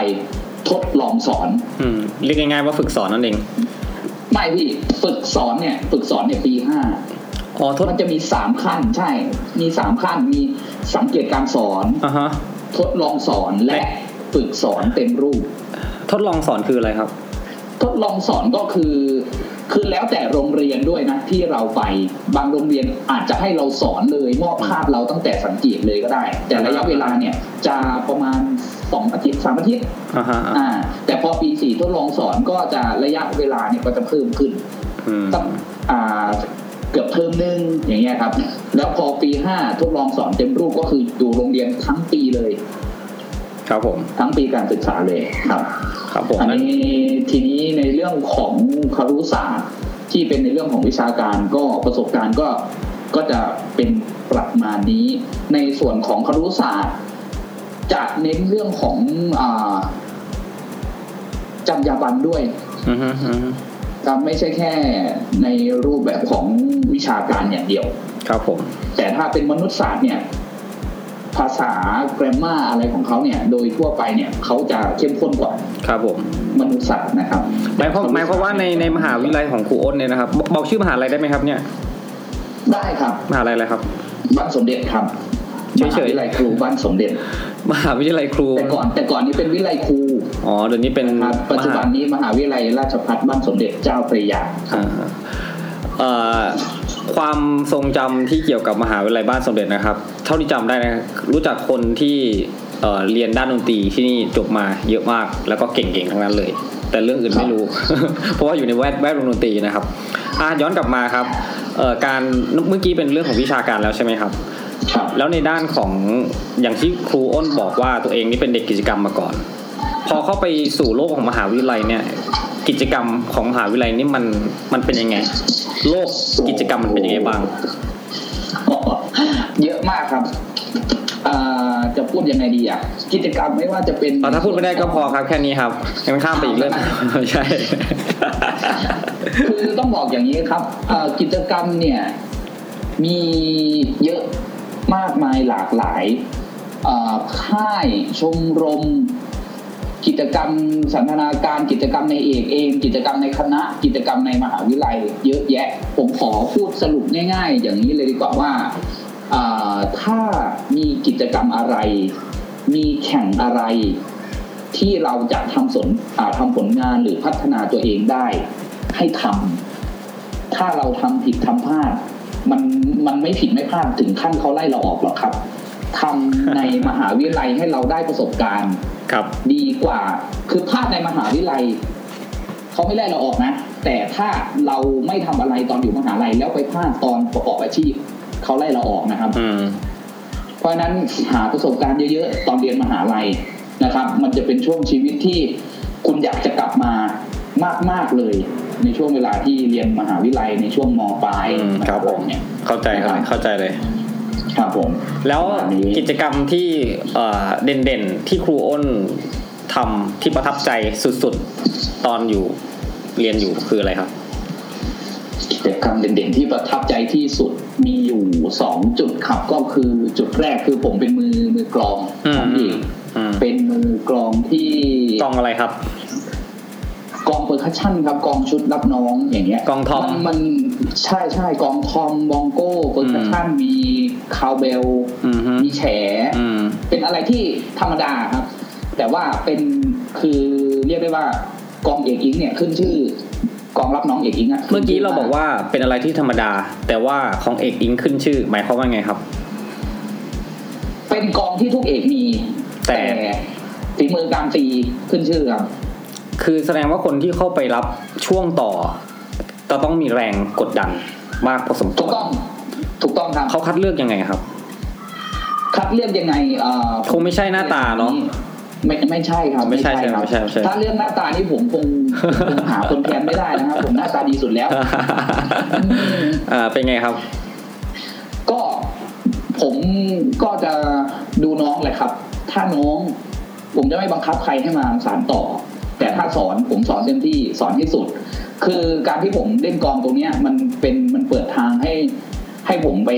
Speaker 2: ทดลองสอน
Speaker 1: อืมเรียกง่ายๆว่าฝึกสอนนั่นเอง
Speaker 2: ไม่พี่ฝึกสอนเนี่ยฝึกสอนเนี่ยปีห้า
Speaker 1: อ๋อทด
Speaker 2: มันจะมีสามขั้นใช่ มีสามขั้น มีสังเกตการสอน
Speaker 1: อ่าฮะ
Speaker 2: ทดลองสอนและ
Speaker 1: และ
Speaker 2: ฝึกสอนเต็มรูป
Speaker 1: ทดลองสอนคืออะไรครับ
Speaker 2: ทดลองสอนก็คือ คือแล้วแต่โรงเรียนด้วยนะที่เราไป บางโรงเรียนอาจจะให้เราสอนเลยมอบภาพเราตั้งแต่สังเกตเลยก็ได้ แต่ระยะเวลาเนี่ยจะประมาณสองอาทิตย์สามอาทิตย์
Speaker 1: อ่าฮะอ่ะ
Speaker 2: อ่า แต่พอปีสี่ทดลองสอนก็จะระยะเวลาเนี่ยก็จะเพิ่มขึ้น
Speaker 1: อืม
Speaker 2: สักอ่าเกือบเทอมหนึงอย่างเงี้ยครับ แล้วพอปีห้าทดลองสอนเต็มรูปก็คืออยู่โรงเรียนทั้งปีเลย
Speaker 1: ครับผม
Speaker 2: ทั้งปีการศึกษาเลยครับ
Speaker 1: ครับผม
Speaker 2: อัน
Speaker 1: นั่น
Speaker 2: นี้ทีนี้ในเรื่องของคารุศาสตร์ที่เป็นในเรื่องของวิชาการก็ประสบการณ์ก็ก็จะเป็นประมาณนี้ ในส่วนของคารุศาสตร์จะเน้นเรื่องของอาจรรยาบรรณด้วย
Speaker 1: อือฮึอือฮึ
Speaker 2: ครับไม่ใช่แค่ในรูปแบบของวิชาการอย่างเดียว
Speaker 1: ครับผม
Speaker 2: แต่ถ้าเป็นมนุษยศาสตร์เนี่ย ภาษาแกรมมาอะไรของเขาเนี่ย โดยทั่วไปเนี่ยเขาจะเข้มข้นกว่า
Speaker 1: ครับผม
Speaker 2: มนุษยศาสตร์นะครับ
Speaker 1: หมายความหมายความว่าในในมหาวิทยาลัยของครูอ้นเนี่ยนะครับบอกบอกชื่อมหาลัยได้ไหมครับเนี่ย
Speaker 2: ได้ครับ
Speaker 1: มหาลัยอะไรครับ
Speaker 2: บ้านสมเด็จครับ
Speaker 1: เฉ
Speaker 2: ม
Speaker 1: ยๆ
Speaker 2: หาวิทยาลัยครูบ้านสมเด็จ
Speaker 1: มหาวิทยาลัยครู
Speaker 2: แต่ก่อนแต่ก่อนนี้เป็นวิทยาลัยครู
Speaker 1: อ๋อเดี๋ยวนี้เป็น
Speaker 2: นะครับปัจจุบั
Speaker 1: ม
Speaker 2: น
Speaker 1: หา
Speaker 2: นี้มหาวิทยาลัยราชภัฏบ้านสมเด็จเจ้าพระยา
Speaker 1: อ่าเอ่อความทรงจำที่เกี่ยวกับมหาวิทยาลัยบ้านสมเด็จนะครับ เท่าที่จำได้นะรู้จักคนที่เอ่อเรียนด้านดนตรีที่นี่จบมาเยอะมากแล้วก็เก่งๆทั้งนั้นเลย แต่เรื่องอื่นไม่รู้ เพราะว่าอยู่ในแวดแวดวงดนตรีนะครับอ่ะย้อนกลับมาครับเอ่อการเมื่อกี้เป็นเรื่องของวิชาการแล้วใช่ไหมครับ
Speaker 2: ครับ
Speaker 1: แล้วในด้านของอย่างที่ครูอ้นบอกว่าตัวเองนี่เป็นเด็กกิจกรรมมาก่อน พอเข้าไปสู่โลกของมหาวิทยาลัยเนี่ย กิจกรรมของมหาวิทยาลัยนี่มันมันเป็นยังไง โลกกิจกรรมมันเป็นยังไงบ้าง
Speaker 2: เยอะมากครับอ่าจะพูดยังไงดีอ่ะ กิจกรรมไม่ว่าจะเป็น
Speaker 1: เอาถ้าพูดไม่ได้ก็พอครับแค่นี้ครับงั้นข้ามไปอีกเรื่อง ใช่
Speaker 2: คือต้องบอกอย่างนี้ครับอ่ากิจกรรมเนี่ย มีเยอะมากมายหลากหลายอ่าค่ายชมรม กิจกรรมสันทนาการกิจกรรมในเอกเอง กิจกรรมในคณะ กิจกรรมในมหาวิทยาลัย เยอะแยะ ผมขอพูดสรุปง่าย ๆ อย่างนี้เลยดีกว่าว่าอ่าถ้ามีกิจกรรมอะไร มีแข่งอะไร ที่เราจะทำสนอ่าทำผลงานหรือพัฒนาตัวเองได้ ให้ทำถ้าเราทำผิดทำพลาด มันมันไม่ผิดไม่พลาดถึงขั้นเขาไล่เราออกหรอกครับทำใน มหาวิทยาลัยให้เราได้ประสบการณ์
Speaker 1: ครับ
Speaker 2: ดีกว่าคือพลาดในมหาวิทยาลัยเขาไม่ไล่เราออกนะ แต่ถ้าเราไม่ทำอะไรตอนอยู่มหาลัยแล้วไปพลาดตอนประกอบอาชีพเขาไล่เราออกนะครับ
Speaker 1: อืม
Speaker 2: เพราะฉะนั้นหาประสบการณ์เยอะๆตอนเรียนมหาลัยนะครับ มันจะเป็นช่วงชีวิตที่คุณอยากจะกลับมามากๆเลย ในช่วงเวลาที่เรียนมหาวิทยาลัยในช่วงมปลาย
Speaker 1: อืมครับผม
Speaker 2: เนี่ย
Speaker 1: เข้าใจครับเข้าใจเลย
Speaker 2: ครับผม
Speaker 1: แล้ว
Speaker 2: ประมาณนี้
Speaker 1: กิจกรรมที่เอ่อเด่นๆที่ครูอ้นทำที่ประทับใจสุดๆ ตอนอยู่เรียนอยู่คืออะไรครับ
Speaker 2: กิจกรรมเด่นๆที่ประทับใจที่สุดมีอยู่สองจุดครับ ก็คือจุดแรกคือผมเป็นมือมือกลอง
Speaker 1: อืม
Speaker 2: ของเอก
Speaker 1: อืม
Speaker 2: เป็นมือกลองที่
Speaker 1: กองอะไรครับ
Speaker 2: กลองเปอร์คัชชั่นครับกลองชุดรับน้องอย่างเงี้ย
Speaker 1: กลองทอม
Speaker 2: นมันใช่ใช่กลองทอมบองโก้เปอร์คัชชั่นมีคาวเบล
Speaker 1: อืมฮึ
Speaker 2: มีแฉ
Speaker 1: อืม
Speaker 2: เป็นอะไรที่ธรรมดาครับ แต่ว่าเป็นคือเรียกได้ว่ากองเอกอิงเนี่ยขึ้นชื่อกองรับน้องเอกอิงอะ
Speaker 1: เมื่อกี้เราบอกว่าเป็นอะไรที่ธรรมดา แต่ว่าของเอกอิงขึ้นชื่อ หมายความว่าไงครับ
Speaker 2: เป็นกองที่ทุกเอกมี
Speaker 1: แต่
Speaker 2: ฝีมือการตีขึ้นชื่อครับ
Speaker 1: คือแสดงว่าคนที่เข้าไปรับช่วงต่อจะต้องมีแรงกดดันมากพอสมค
Speaker 2: ถูก
Speaker 1: วร
Speaker 2: ต้องถูกต้องครับ
Speaker 1: เขาคัดเลือกยังไงครับ
Speaker 2: คัดเลือกยังไงเอ่อ
Speaker 1: คงไม่ใช่หน้าตาเนาะ
Speaker 2: ไม่ไม่ใช่ครับ
Speaker 1: ไม่ใช่
Speaker 2: ครั
Speaker 1: ไม่ใช่ไม่ใช่
Speaker 2: ถ้าเรื่องหน้าตานี่ผมคงคงหาคนแทนไม่ได้นะครับผมหน้าตาดีสุดแล้ว
Speaker 1: อ่าเป็นไงครับ
Speaker 2: ผมก็จะดูน้องเลยครับ ถ้าน้อง ผมจะไม่บังคับใครให้มาสานต่อ แต่ถ้าสอนผมสอนเต็มที่สอนที่สุด คือการที่ผมเล่นกองตรงเนี้ยมันเป็นมันเปิดทางให้ ให้ผมไป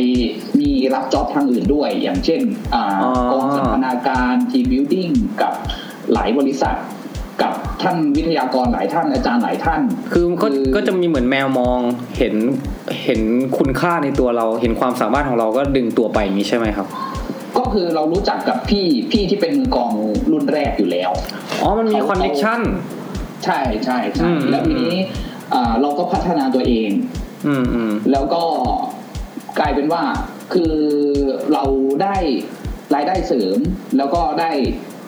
Speaker 2: มีรับจ็อบทางอื่นด้วย อย่างเช่นอ่า
Speaker 1: อ๋อ
Speaker 2: กองสัมพนาการทีบิวดิ้งกับหลายบริษัท กับท่านวิทยากรหลายท่านอาจารย์หลายท่าน
Speaker 1: คือก็
Speaker 2: คือ
Speaker 1: ก็จะมีเหมือนแมวมองเห็นเห็นคุณค่าในตัวเรา เห็นความสามารถของเราก็ดึงตัวไปอย่างนี้ใช่ไหมครับ
Speaker 2: ก็คือเรารู้จักกับพี่พี่ที่เป็นมือกองรุ่นแรกอยู่แล้ว
Speaker 1: อ๋อมันมีคอนเน c ชั่น
Speaker 2: ใช่ใช่ใช่
Speaker 1: อืม
Speaker 2: แล้วทีนี้อ่าเราก็พัฒนาตัวเอง
Speaker 1: อืมอืม
Speaker 2: แล้วก็กลายเป็นว่าคือเราได้รายได้เสริม แล้วก็ได้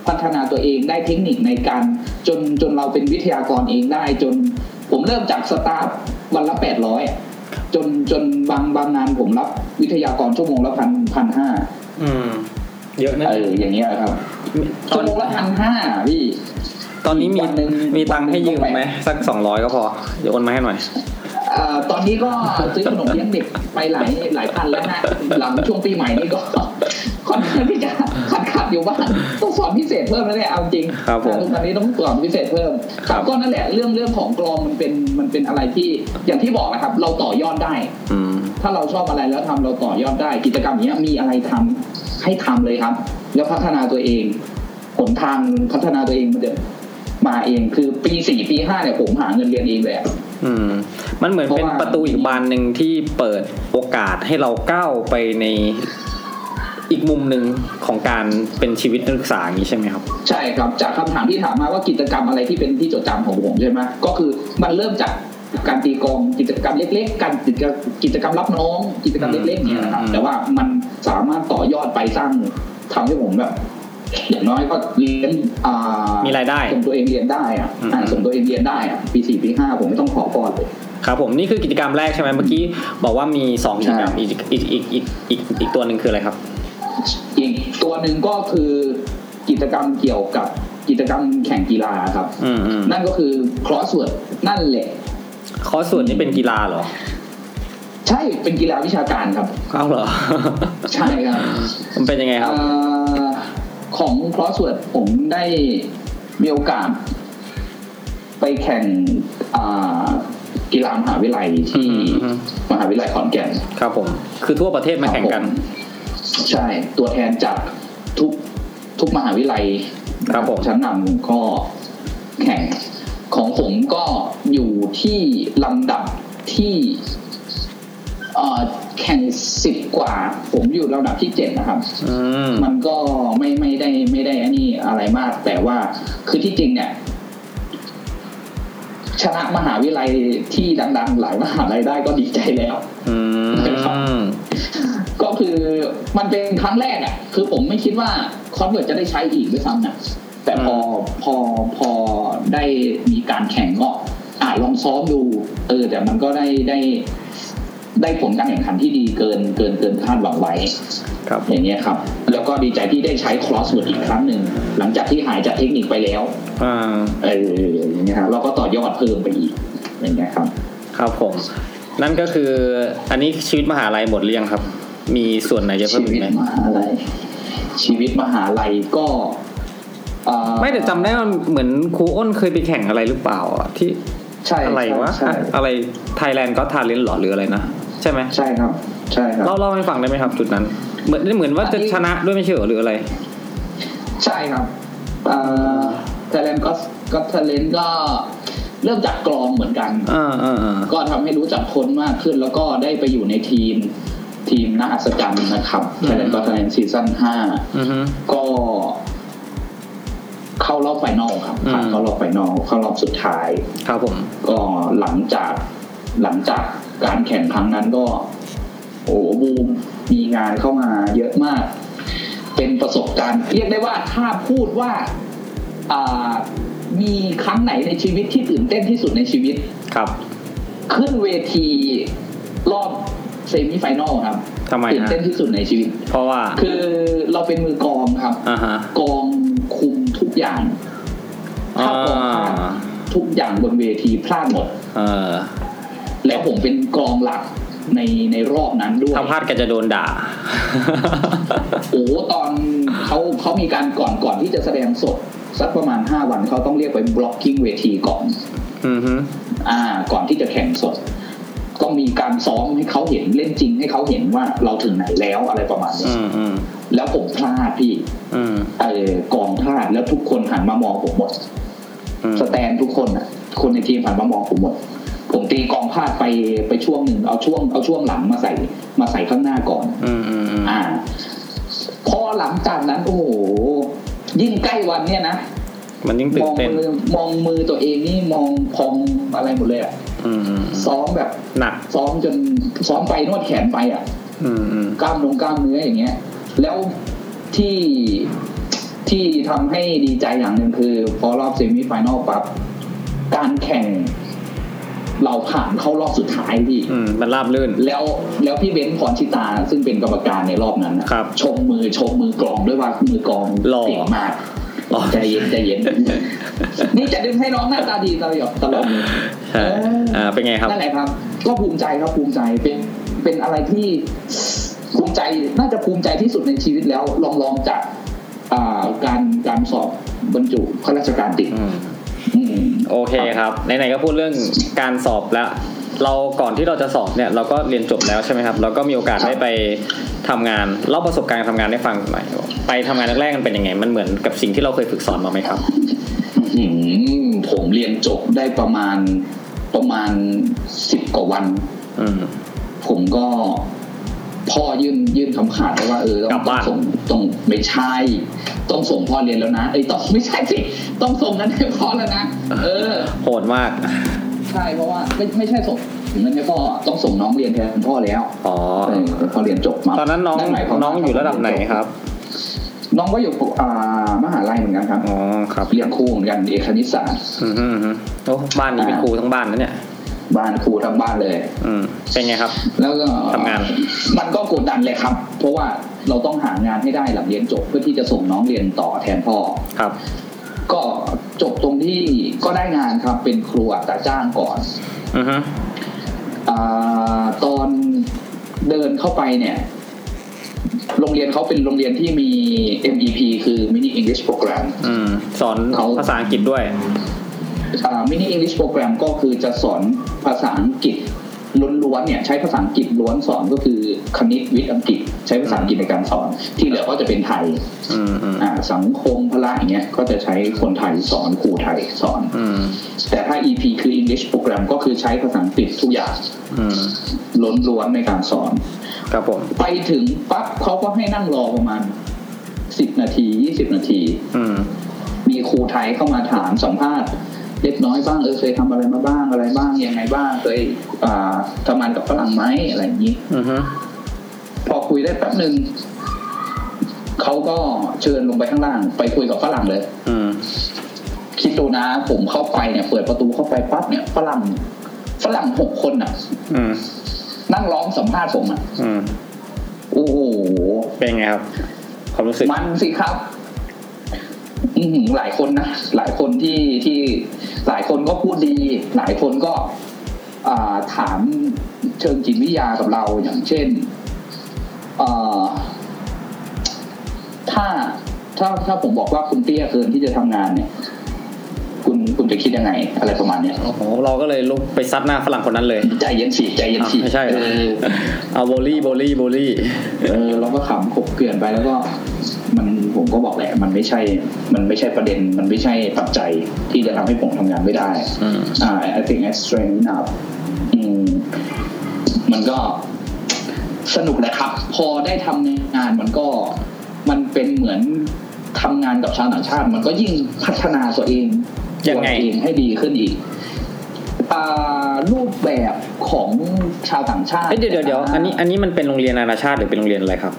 Speaker 2: พัฒนาตัวเองได้เทคนิคในการจนจนเราเป็นวิทยากรเองได้จน ผมเริ่มจากสตาฟวันละแปดร้อยจนจนบางบางงานผมรับวิทยากรชั่วโมงละพันพันห้า
Speaker 1: อืมเยอะนะ
Speaker 2: เอออย่างเงี้ยครับ
Speaker 1: ตอ
Speaker 2: ชั่วนโมงละพันห้าพี่
Speaker 1: ตอนนี้มี
Speaker 2: วันหนึ่ง
Speaker 1: มีตังค์ให้ยืมไหมสักสองร้อยก็พอเดี๋ยวโอนมาให้หน่อย
Speaker 2: เอ่อตอนนี้ก็ซื้อขนมเลี้ยงเด็กไปหลายหลายพันแล้วนะหลังช่วงปีใหม่นี่ก็ ค่อนข้างที่จะขาดขาดอยู่บ้างต้องสอนพิเศษเพิ่มแล้วเนี่ยเอาจริง
Speaker 1: ครับผม
Speaker 2: ตอนนี้ต้องสอนพิเศษเพิ่ม
Speaker 1: ครับ
Speaker 2: ก็นั่นแหละเรื่องเรื่องของกลองมันเป็นมันเป็นอะไรที่อย่างที่บอกนะครับ เราต่อยอดได้
Speaker 1: อืม
Speaker 2: ถ้าเราชอบอะไรแล้วทำเราต่อยอดได้ กิจกรรมเนี้ยมีอะไรทำให้ทำเลยครับ แล้วพัฒนาตัวเองหนทางพัฒนาตัวเองมันจะมาเองคือปีสี่ปีห้าเนี่ยผมหาเงินเรียนเองเลยอะ
Speaker 1: อืมมันเหมือนเป็น
Speaker 2: เพราะว่า
Speaker 1: ประตูอีกบานหนึ่งที่เปิดโอกาสให้เราก้าวไปในอีกมุมหนึ่งของการเป็นชีวิตนักศึกษาอย่างนี้ใช่ไหมครับ
Speaker 2: ใช่ครับจากคำถามที่ถามมาว่ากิจกรรมอะไรที่เป็นที่จดจำของผมใช่ไหมก็คือมันเริ่มจากการตีกลองกิจกรรมเล็ก ๆ การกิจกิจกรรมรับน้อง กิจกรรมเล็กๆเนี่ยนะครับ
Speaker 1: อืม
Speaker 2: แต่ว่ามันสามารถต่อยอดไปสร้างทำให้ผมแบบอย่างน้อยก็เรียนอ่า
Speaker 1: มี
Speaker 2: มี
Speaker 1: รายได้
Speaker 2: ส่งตัวเองเรียนได้อะ
Speaker 1: อืม
Speaker 2: อ่าส่งตัวเองเรียนได้อะปีสี่ปีห้าผมไม่ต้องขอก่อนเลย
Speaker 1: ครับผมนี่คือกิจกรรมแรกใช่ไหมเมื่อกี้บอกว่ามีสองกิจกรรมอีกอีกอีกอีกอีกอีกตัวหนึ่งคืออะไรครับ
Speaker 2: อีกตัวหนึ่งก็คือกิจกรรมเกี่ยวกับกิจกรรมแข่งกีฬาครับ
Speaker 1: อืมอืม
Speaker 2: นั่นก็คือคลอสเวิร์ดนั่นแหละ
Speaker 1: คอร์สส่วนนี้เป็นกีฬาเหรอ
Speaker 2: ใช่เป็นกีฬาวิชาการครับ
Speaker 1: เอ้าเหรอ
Speaker 2: ใช่ครับ
Speaker 1: มันเป็นยังไงครับ
Speaker 2: เอ่อของ crossword ผมได้มีโอกาส ไปแข่งอ่ากีฬามหาวิทยาลัยที่
Speaker 1: อืมอืม
Speaker 2: มหาวิทยาลัยขอนแก่น
Speaker 1: ครับผม คือทั่วประเทศมาแข่งกัน
Speaker 2: ใช่ตัวแทนจากทุกทุกมหาวิทยาลัย
Speaker 1: ครับผม
Speaker 2: ชั้นนำก็แข่งของผมก็อยู่ที่ลำดับที่เอ่อแข่งสิบกว่า ผมอยู่ลำดับที่เจ็ดนะครับ
Speaker 1: อืม
Speaker 2: มันก็ไม่ไม่ได้ไม่ได้อันนี้อะไรมาก แต่ว่าคือที่จริงเนี่ยชนะมหาวิทยาลัยที่ดังๆ หลายมหาลัยได้ก็ดีใจแล้ว
Speaker 1: อืม
Speaker 2: ก็คือมันเป็นครั้งแรกอ่ะ คือผมไม่คิดว่าคอนเวิร์ตจะได้ใช้อีกด้วยซ้ำนะแต่พอพอพอได้มีการแข่งก็อ่าลองซ้อมดู เออ แต่มันก็ได้ได้ได้ผลการแข่งขันที่ดีเกินเกินเกินคาดหวังไว้
Speaker 1: ครับ
Speaker 2: อย่างเงี้ยครับ แล้วก็ดีใจที่ได้ใช้ครอสเวิร์ดอีกครั้งหนึ่ง หลังจากที่หายจากเทคนิคไปแล้ว
Speaker 1: อ่า
Speaker 2: เอออย่างเงี้ยครับเราก็ต่อยอดเพิ่มไปอีก อย่างเงี้ยครับ
Speaker 1: ครับผม นั่นก็คืออันนี้ชีวิตมหาลัยหมดหรือยังครับ มีส่วนไหนจะเพิ่
Speaker 2: ชี
Speaker 1: มอีก
Speaker 2: วิต
Speaker 1: ไหม
Speaker 2: มหาลัยชีวิตมหาลัยก็เอ่อ
Speaker 1: ไม่แต่จำได้ว่าเหมือนครูอ้นเคยไปแข่งอะไรหรือเปล่าอ่ะที่
Speaker 2: ใช่
Speaker 1: อะไรวะ
Speaker 2: ใช่ใช่
Speaker 1: อะไรไทยแลนด์ก็ทาเลนหรอหรืออะไรนะใช่ไหม
Speaker 2: ใช่ครับ ใช่ครับ
Speaker 1: เล่าเล่าให้ฟังได้ไหมครับ จุดนั้น เหมือนเหมือนว่าจะชนะด้วยไม่ใช่เหรอหรืออะไร
Speaker 2: ใช่ครับเอ่อทเลนก็ก็ทเลนก็เริ่มจากกลองเหมือนกัน
Speaker 1: อ่าอ่าอ่า
Speaker 2: ก็ทำให้รู้จักคนมากขึ้น แล้วก็ได้ไปอยู่ในทีม ทีมน่าอัศจรรย์นะครับไทยแลนด์ก็ไทยแลนด์ซีซั่นห้า
Speaker 1: อือฮึ
Speaker 2: ก็เข้ารอบไฟนอลครับ
Speaker 1: อืม
Speaker 2: ผ่านเข้ารอบไฟนอลเข้ารอบสุดท้าย
Speaker 1: ครับผม
Speaker 2: ก็หลังจากหลังจากการแข่งครั้งนั้นก็ โอ้โหบูมมีงานเข้ามาเยอะมาก เป็นประสบการณ์ เรียกได้ว่าถ้าพูดว่าอ่ามีครั้งไหนในชีวิตที่ตื่นเต้นที่สุดในชีวิต
Speaker 1: ครับ
Speaker 2: ขึ้นเวทีรอบเซมิไฟแนอลครับ
Speaker 1: ทำไม
Speaker 2: ตื่น
Speaker 1: ฮะ
Speaker 2: เต้นที่สุดในชีวิต
Speaker 1: เพราะว่า
Speaker 2: คือเราเป็นมือกลองครับ
Speaker 1: อ่าฮะ
Speaker 2: กลองคุมทุกอย่าง
Speaker 1: อ่า
Speaker 2: ถ้ากลองพลาดทุกอย่างบนเวทีพลาดหมด
Speaker 1: เออ
Speaker 2: แล้วผมเป็นกลองหลัก ในในรอบนั้นด้วย
Speaker 1: ถ้าพลาดแกจะโดนด่า
Speaker 2: โอ้โหตอนเขาเขามีการก่อนก่อนที่จะแสดงสดสักประมาณ 5 วันเขาต้องเรียกไป blocking เวทีก่อน
Speaker 1: อือฮึ
Speaker 2: อ่า ก่อนที่จะแข่งสด ต้องมีการซ้อมให้เขาเห็นเล่นจริงให้เขาเห็นว่าเราถึงไหนแล้วอะไรประมาณนี้
Speaker 1: อืมอืม
Speaker 2: แล้วผมพลาดพี่
Speaker 1: อืม
Speaker 2: เออกองพลาดแล้วทุกคนหันมามองผมหมด
Speaker 1: อืม
Speaker 2: สแตนทุกคนอ่ะ คนในทีมหันมามองผมหมด ผมตีกองพลาดไปไปช่วงหนึ่งเอาช่วงเอาช่วงหลังมาใส่มาใส่ข้างหน้าก่อน
Speaker 1: อืมอืมอืม
Speaker 2: อ่าพอหลังจากนั้น โอ้โห ยิ่งใกล้วันเนี่ยนะ
Speaker 1: มันยิ่งตื่
Speaker 2: ม
Speaker 1: น
Speaker 2: อง
Speaker 1: เต้น
Speaker 2: มือมองมือตัวเองนี่มองพองอะไรหมดเลยอะ
Speaker 1: อืมอืม
Speaker 2: ซ้อมแบบ
Speaker 1: หนัก
Speaker 2: ซ้อมจนซ้อมไปนวดแขนไปอ่ะ
Speaker 1: อืมอืม
Speaker 2: กล้ามลงกล้ามเนื้ออย่างเงี้ย แล้วที่ที่ทำให้ดีใจอย่างหนึ่งคือ พอรอบเซมิไฟแนอลปั๊บการแข่ง เราผ่านเข้ารอบสุดท้ายพี่
Speaker 1: อืมมันราบลื่น
Speaker 2: แล้วแล้วพี่เบนซ์พรชิตา ซึ่งเป็นกรรมการในรอบนั้นนะครับชมมือชมมือกลองด้วยว่ามือกลอง
Speaker 1: หล่อ
Speaker 2: เก่งมาก
Speaker 1: อ๋อ
Speaker 2: ใจเย็นใจ เย็น นี่จะดึงให้น้องหน้าตาดีตลอดตลอดเลย
Speaker 1: ใช่อ่าเป็นไงครับ
Speaker 2: นั่นแหละครับ ก็ภูมิใจครับภูมิใจเป็นเป็นอะไรที่ภูมิใจน่าจะภูมิใจที่สุดในชีวิตแล้วลองลองจากอ่าการการสอบบรรจุข้าราชการติด
Speaker 1: อืม
Speaker 2: อืม
Speaker 1: โอเคครับไหนๆก็พูดเรื่องการสอบแล้ว เราก่อนที่เราจะสอบเนี่ยเราก็เรียนจบแล้วใช่ไหมครับเราก็มีโอกาส
Speaker 2: ครับ
Speaker 1: ได้ไปทำงานเล่าประสบการณ์การทำงานให้ฟังหน่อยครับไปทำงานแรกๆมันเป็นยังไง มันเหมือนกับสิ่งที่เราเคยฝึกสอนมาไหมครับ
Speaker 2: อืมผมเรียนจบได้ประมาณประมาณสิบกว่าวัน
Speaker 1: อืม
Speaker 2: ผมก็พ่อยื่นยื่นคำขาดไว้ว่าเออ
Speaker 1: กลั
Speaker 2: ต้อง
Speaker 1: บ
Speaker 2: ต้อ
Speaker 1: บ้าง น
Speaker 2: ส่งต้องไม่ใช่ ต้องส่งพ่อเรียนแล้วนะไอ้ยต้องไม่ใช่สิต้องส่งนั้นให้พ่อแล้วนะเออ
Speaker 1: โหดมาก
Speaker 2: ใช่เพราะว่าไม่ไม่ใช่ส่งถึงนั้นให้พ่อต้องส่งน้องเรียนแทนพ่อแล้ว
Speaker 1: อ๋อ
Speaker 2: เออพ่อเรียนจบมา
Speaker 1: ตอนนั้นน้อง
Speaker 2: หมายความว่า
Speaker 1: น้องอยู่ระดับไหนครับ
Speaker 2: น้องก็อยู่อ่ามหาลัยเหมือนกันครับ
Speaker 1: อ๋อครับ
Speaker 2: เรียนครูเหมือนกันเอกคณิตศาสตร์
Speaker 1: อืมอืมอืมโอ้บ้านนี้เป็นครูทั้งบ้านนะเนี่ย
Speaker 2: บ้านครูทั้งบ้านเลย
Speaker 1: อืมเป็นไงครับ
Speaker 2: แล้วก็
Speaker 1: ทำงาน
Speaker 2: มันก็กดดันเลยครับ เพราะว่าเราต้องหางานให้ได้หลังเรียนจบเพื่อที่จะส่งน้องเรียนต่อแทนพ่อ
Speaker 1: ครับ
Speaker 2: ก็จบตรงที่ก็ได้งานครับ เป็นครูอัตราจ้างก่อน
Speaker 1: อือฮึ
Speaker 2: อาตอนเดินเข้าไปเนี่ย โรงเรียนเขาเป็นโรงเรียนที่มี MEP คือ Mini English Program
Speaker 1: อืมสอน
Speaker 2: เขา
Speaker 1: ภาษาอังกฤษด้วย
Speaker 2: มินิ English Program ก็คือจะสอนภาษาอังกฤษล้วนๆเนี่ย ใช้ภาษาอังกฤษล้วนสอนก็คือคณิตวิทย์อังกฤษ ใช้ภาษาอังกฤษในการสอน ที่เหลือก็จะเป็นไทย
Speaker 1: อืมอืม
Speaker 2: อ่าสังคมพละอย่างเงี้ยก็จะใช้คนไทยสอนครูไทยสอน
Speaker 1: อืม
Speaker 2: แต่ถ้า EP คือ English Program ก็คือใช้ภาษาอังกฤษทุกอย่าง
Speaker 1: อืม
Speaker 2: ล้วนๆในการสอน
Speaker 1: ครับผม
Speaker 2: ไปถึงปั๊บเขาก็ให้นั่งรอประมาณ 10 นาที 20 นาที
Speaker 1: อืม
Speaker 2: มีครูไทยเข้ามาถามสัมภาษณ์เล็กน้อยบ้างเออเคยทำอะไรมาบ้างอะไรบ้างยังไงบ้างเคยอ่าทำงานกับฝรั่งไหมอะไรอย่างนี้
Speaker 1: อือฮึ
Speaker 2: พอคุยได้แป๊บหนึ่งเขาก็เชิญลงไปข้างล่าง ไปคุยกับฝรั่งเลย
Speaker 1: อืม
Speaker 2: คิดดูนะผมเข้าไปเนี่ย เปิดประตูเข้าไปปั๊บเนี่ยฝรั่งฝรั่งหกคนน่ะ
Speaker 1: อืม
Speaker 2: นั่งร้องสัมภาษณ์ผมอ่ะ
Speaker 1: อืม
Speaker 2: โอ้โห
Speaker 1: เป็นไงครับ ความรู้สึก
Speaker 2: มันสิครับอื้อหือหลายคนนะหลายคนที่ที่หลายคนก็พูดดี หลายคนก็ อ่าถามเชิงจิตวิทยากับเราอย่างเช่นเอ่อถ้าถ้าถ้าผมบอกว่าคุณเตี้ยเกินที่จะทำงานเนี่ย คุณคุณจะคิดยังไง อะไรประมาณเนี้ย
Speaker 1: โอ้โห เราก็เลยลุกไปซัดหน้าฝรั่งคนนั้นเลย
Speaker 2: ใจเย็นสิใจเย็น
Speaker 1: อ้าว
Speaker 2: สิ
Speaker 1: ไม่ใช่เหร
Speaker 2: เอ
Speaker 1: อ
Speaker 2: อ
Speaker 1: เอาโบลี่ โบลี่ โบลี่
Speaker 2: เออเราก็ขำขบเกลื่อนไปแล้วก็ มันผมก็บอกแหละ มันไม่ใช่ มันไม่ใช่ประเด็น มันไม่ใช่ปัจจัยที่จะทำให้ผมทำงานไม่ได้
Speaker 1: อืม
Speaker 2: อ่า I think that's straight enough อืมมันก็สนุกแหละครับ พอได้ทำงานมันก็มันเป็นเหมือนทำงานกับชาวต่างชาติ มันก็ยิ่งพัฒนาตัวเอง
Speaker 1: ยังไง
Speaker 2: ตัวเองให้ดีขึ้นอีกอ่ารูปแบบของชาวต่างชาติ
Speaker 1: เอ้ยเดี๋ยวเดี๋ยวเดี๋ยวอันนี้ อันนี้มันเป็นโรงเรียนนานาชาติหรือเป็นโรงเรียนอะไรครับ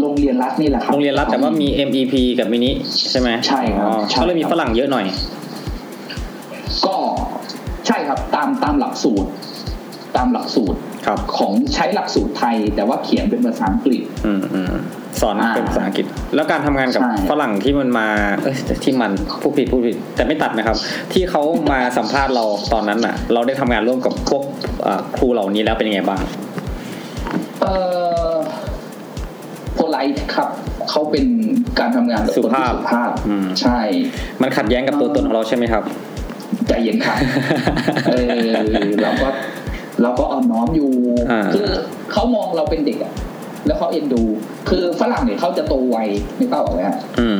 Speaker 2: โรงเรียนรัฐนี่แหละครับ
Speaker 1: โรงเรียนรัฐแต่ว่ามี MEP กับมินิใช่ไหม
Speaker 2: ใช่ครับ
Speaker 1: อ๋อ
Speaker 2: ใช่
Speaker 1: เขาเลยมีฝรั่งเยอะหน่อย
Speaker 2: ก็ใช่ครับตามตามหลักสูตร ตามหลักสูตร
Speaker 1: ครับ
Speaker 2: ของใช้หลักสูตรไทย แต่ว่าเขียนเป็นภาษาอังกฤษ
Speaker 1: อืมอืมสอน
Speaker 2: อ่า
Speaker 1: เป็นภาษาอังกฤษ แล้วการทำงานกับ
Speaker 2: ใช่
Speaker 1: ฝรั่งที่มันมา เอ้ยที่มันผู้ผิดผู้ผิด แต่ไม่ตัดนะครับ ที่เขามาสัมภาษณ์เราตอนนั้นน่ะ เราได้ทำงานร่วมกับพวกเอ่อครูเหล่านี้แล้วเป็นยังไงบ้าง
Speaker 2: เออโพไลท์ครับเขาเป็นการทำงานกับคนที่
Speaker 1: สุ
Speaker 2: สุ
Speaker 1: ภา
Speaker 2: ภา
Speaker 1: พ
Speaker 2: พ
Speaker 1: อืม
Speaker 2: ใช่
Speaker 1: มันขัดแย้งกับตัวตนของเราใช่ไหมครับ
Speaker 2: ใจเย็นครับเออเราก็เราก็อ่อนน้อมอยู่
Speaker 1: อ่า
Speaker 2: คือเขามองเราเป็นเด็กอะแล้วเขาเอ็นดู คือฝรั่งเนี่ยเขาจะโตไวนึกเปล่าไหมฮะ
Speaker 1: อืม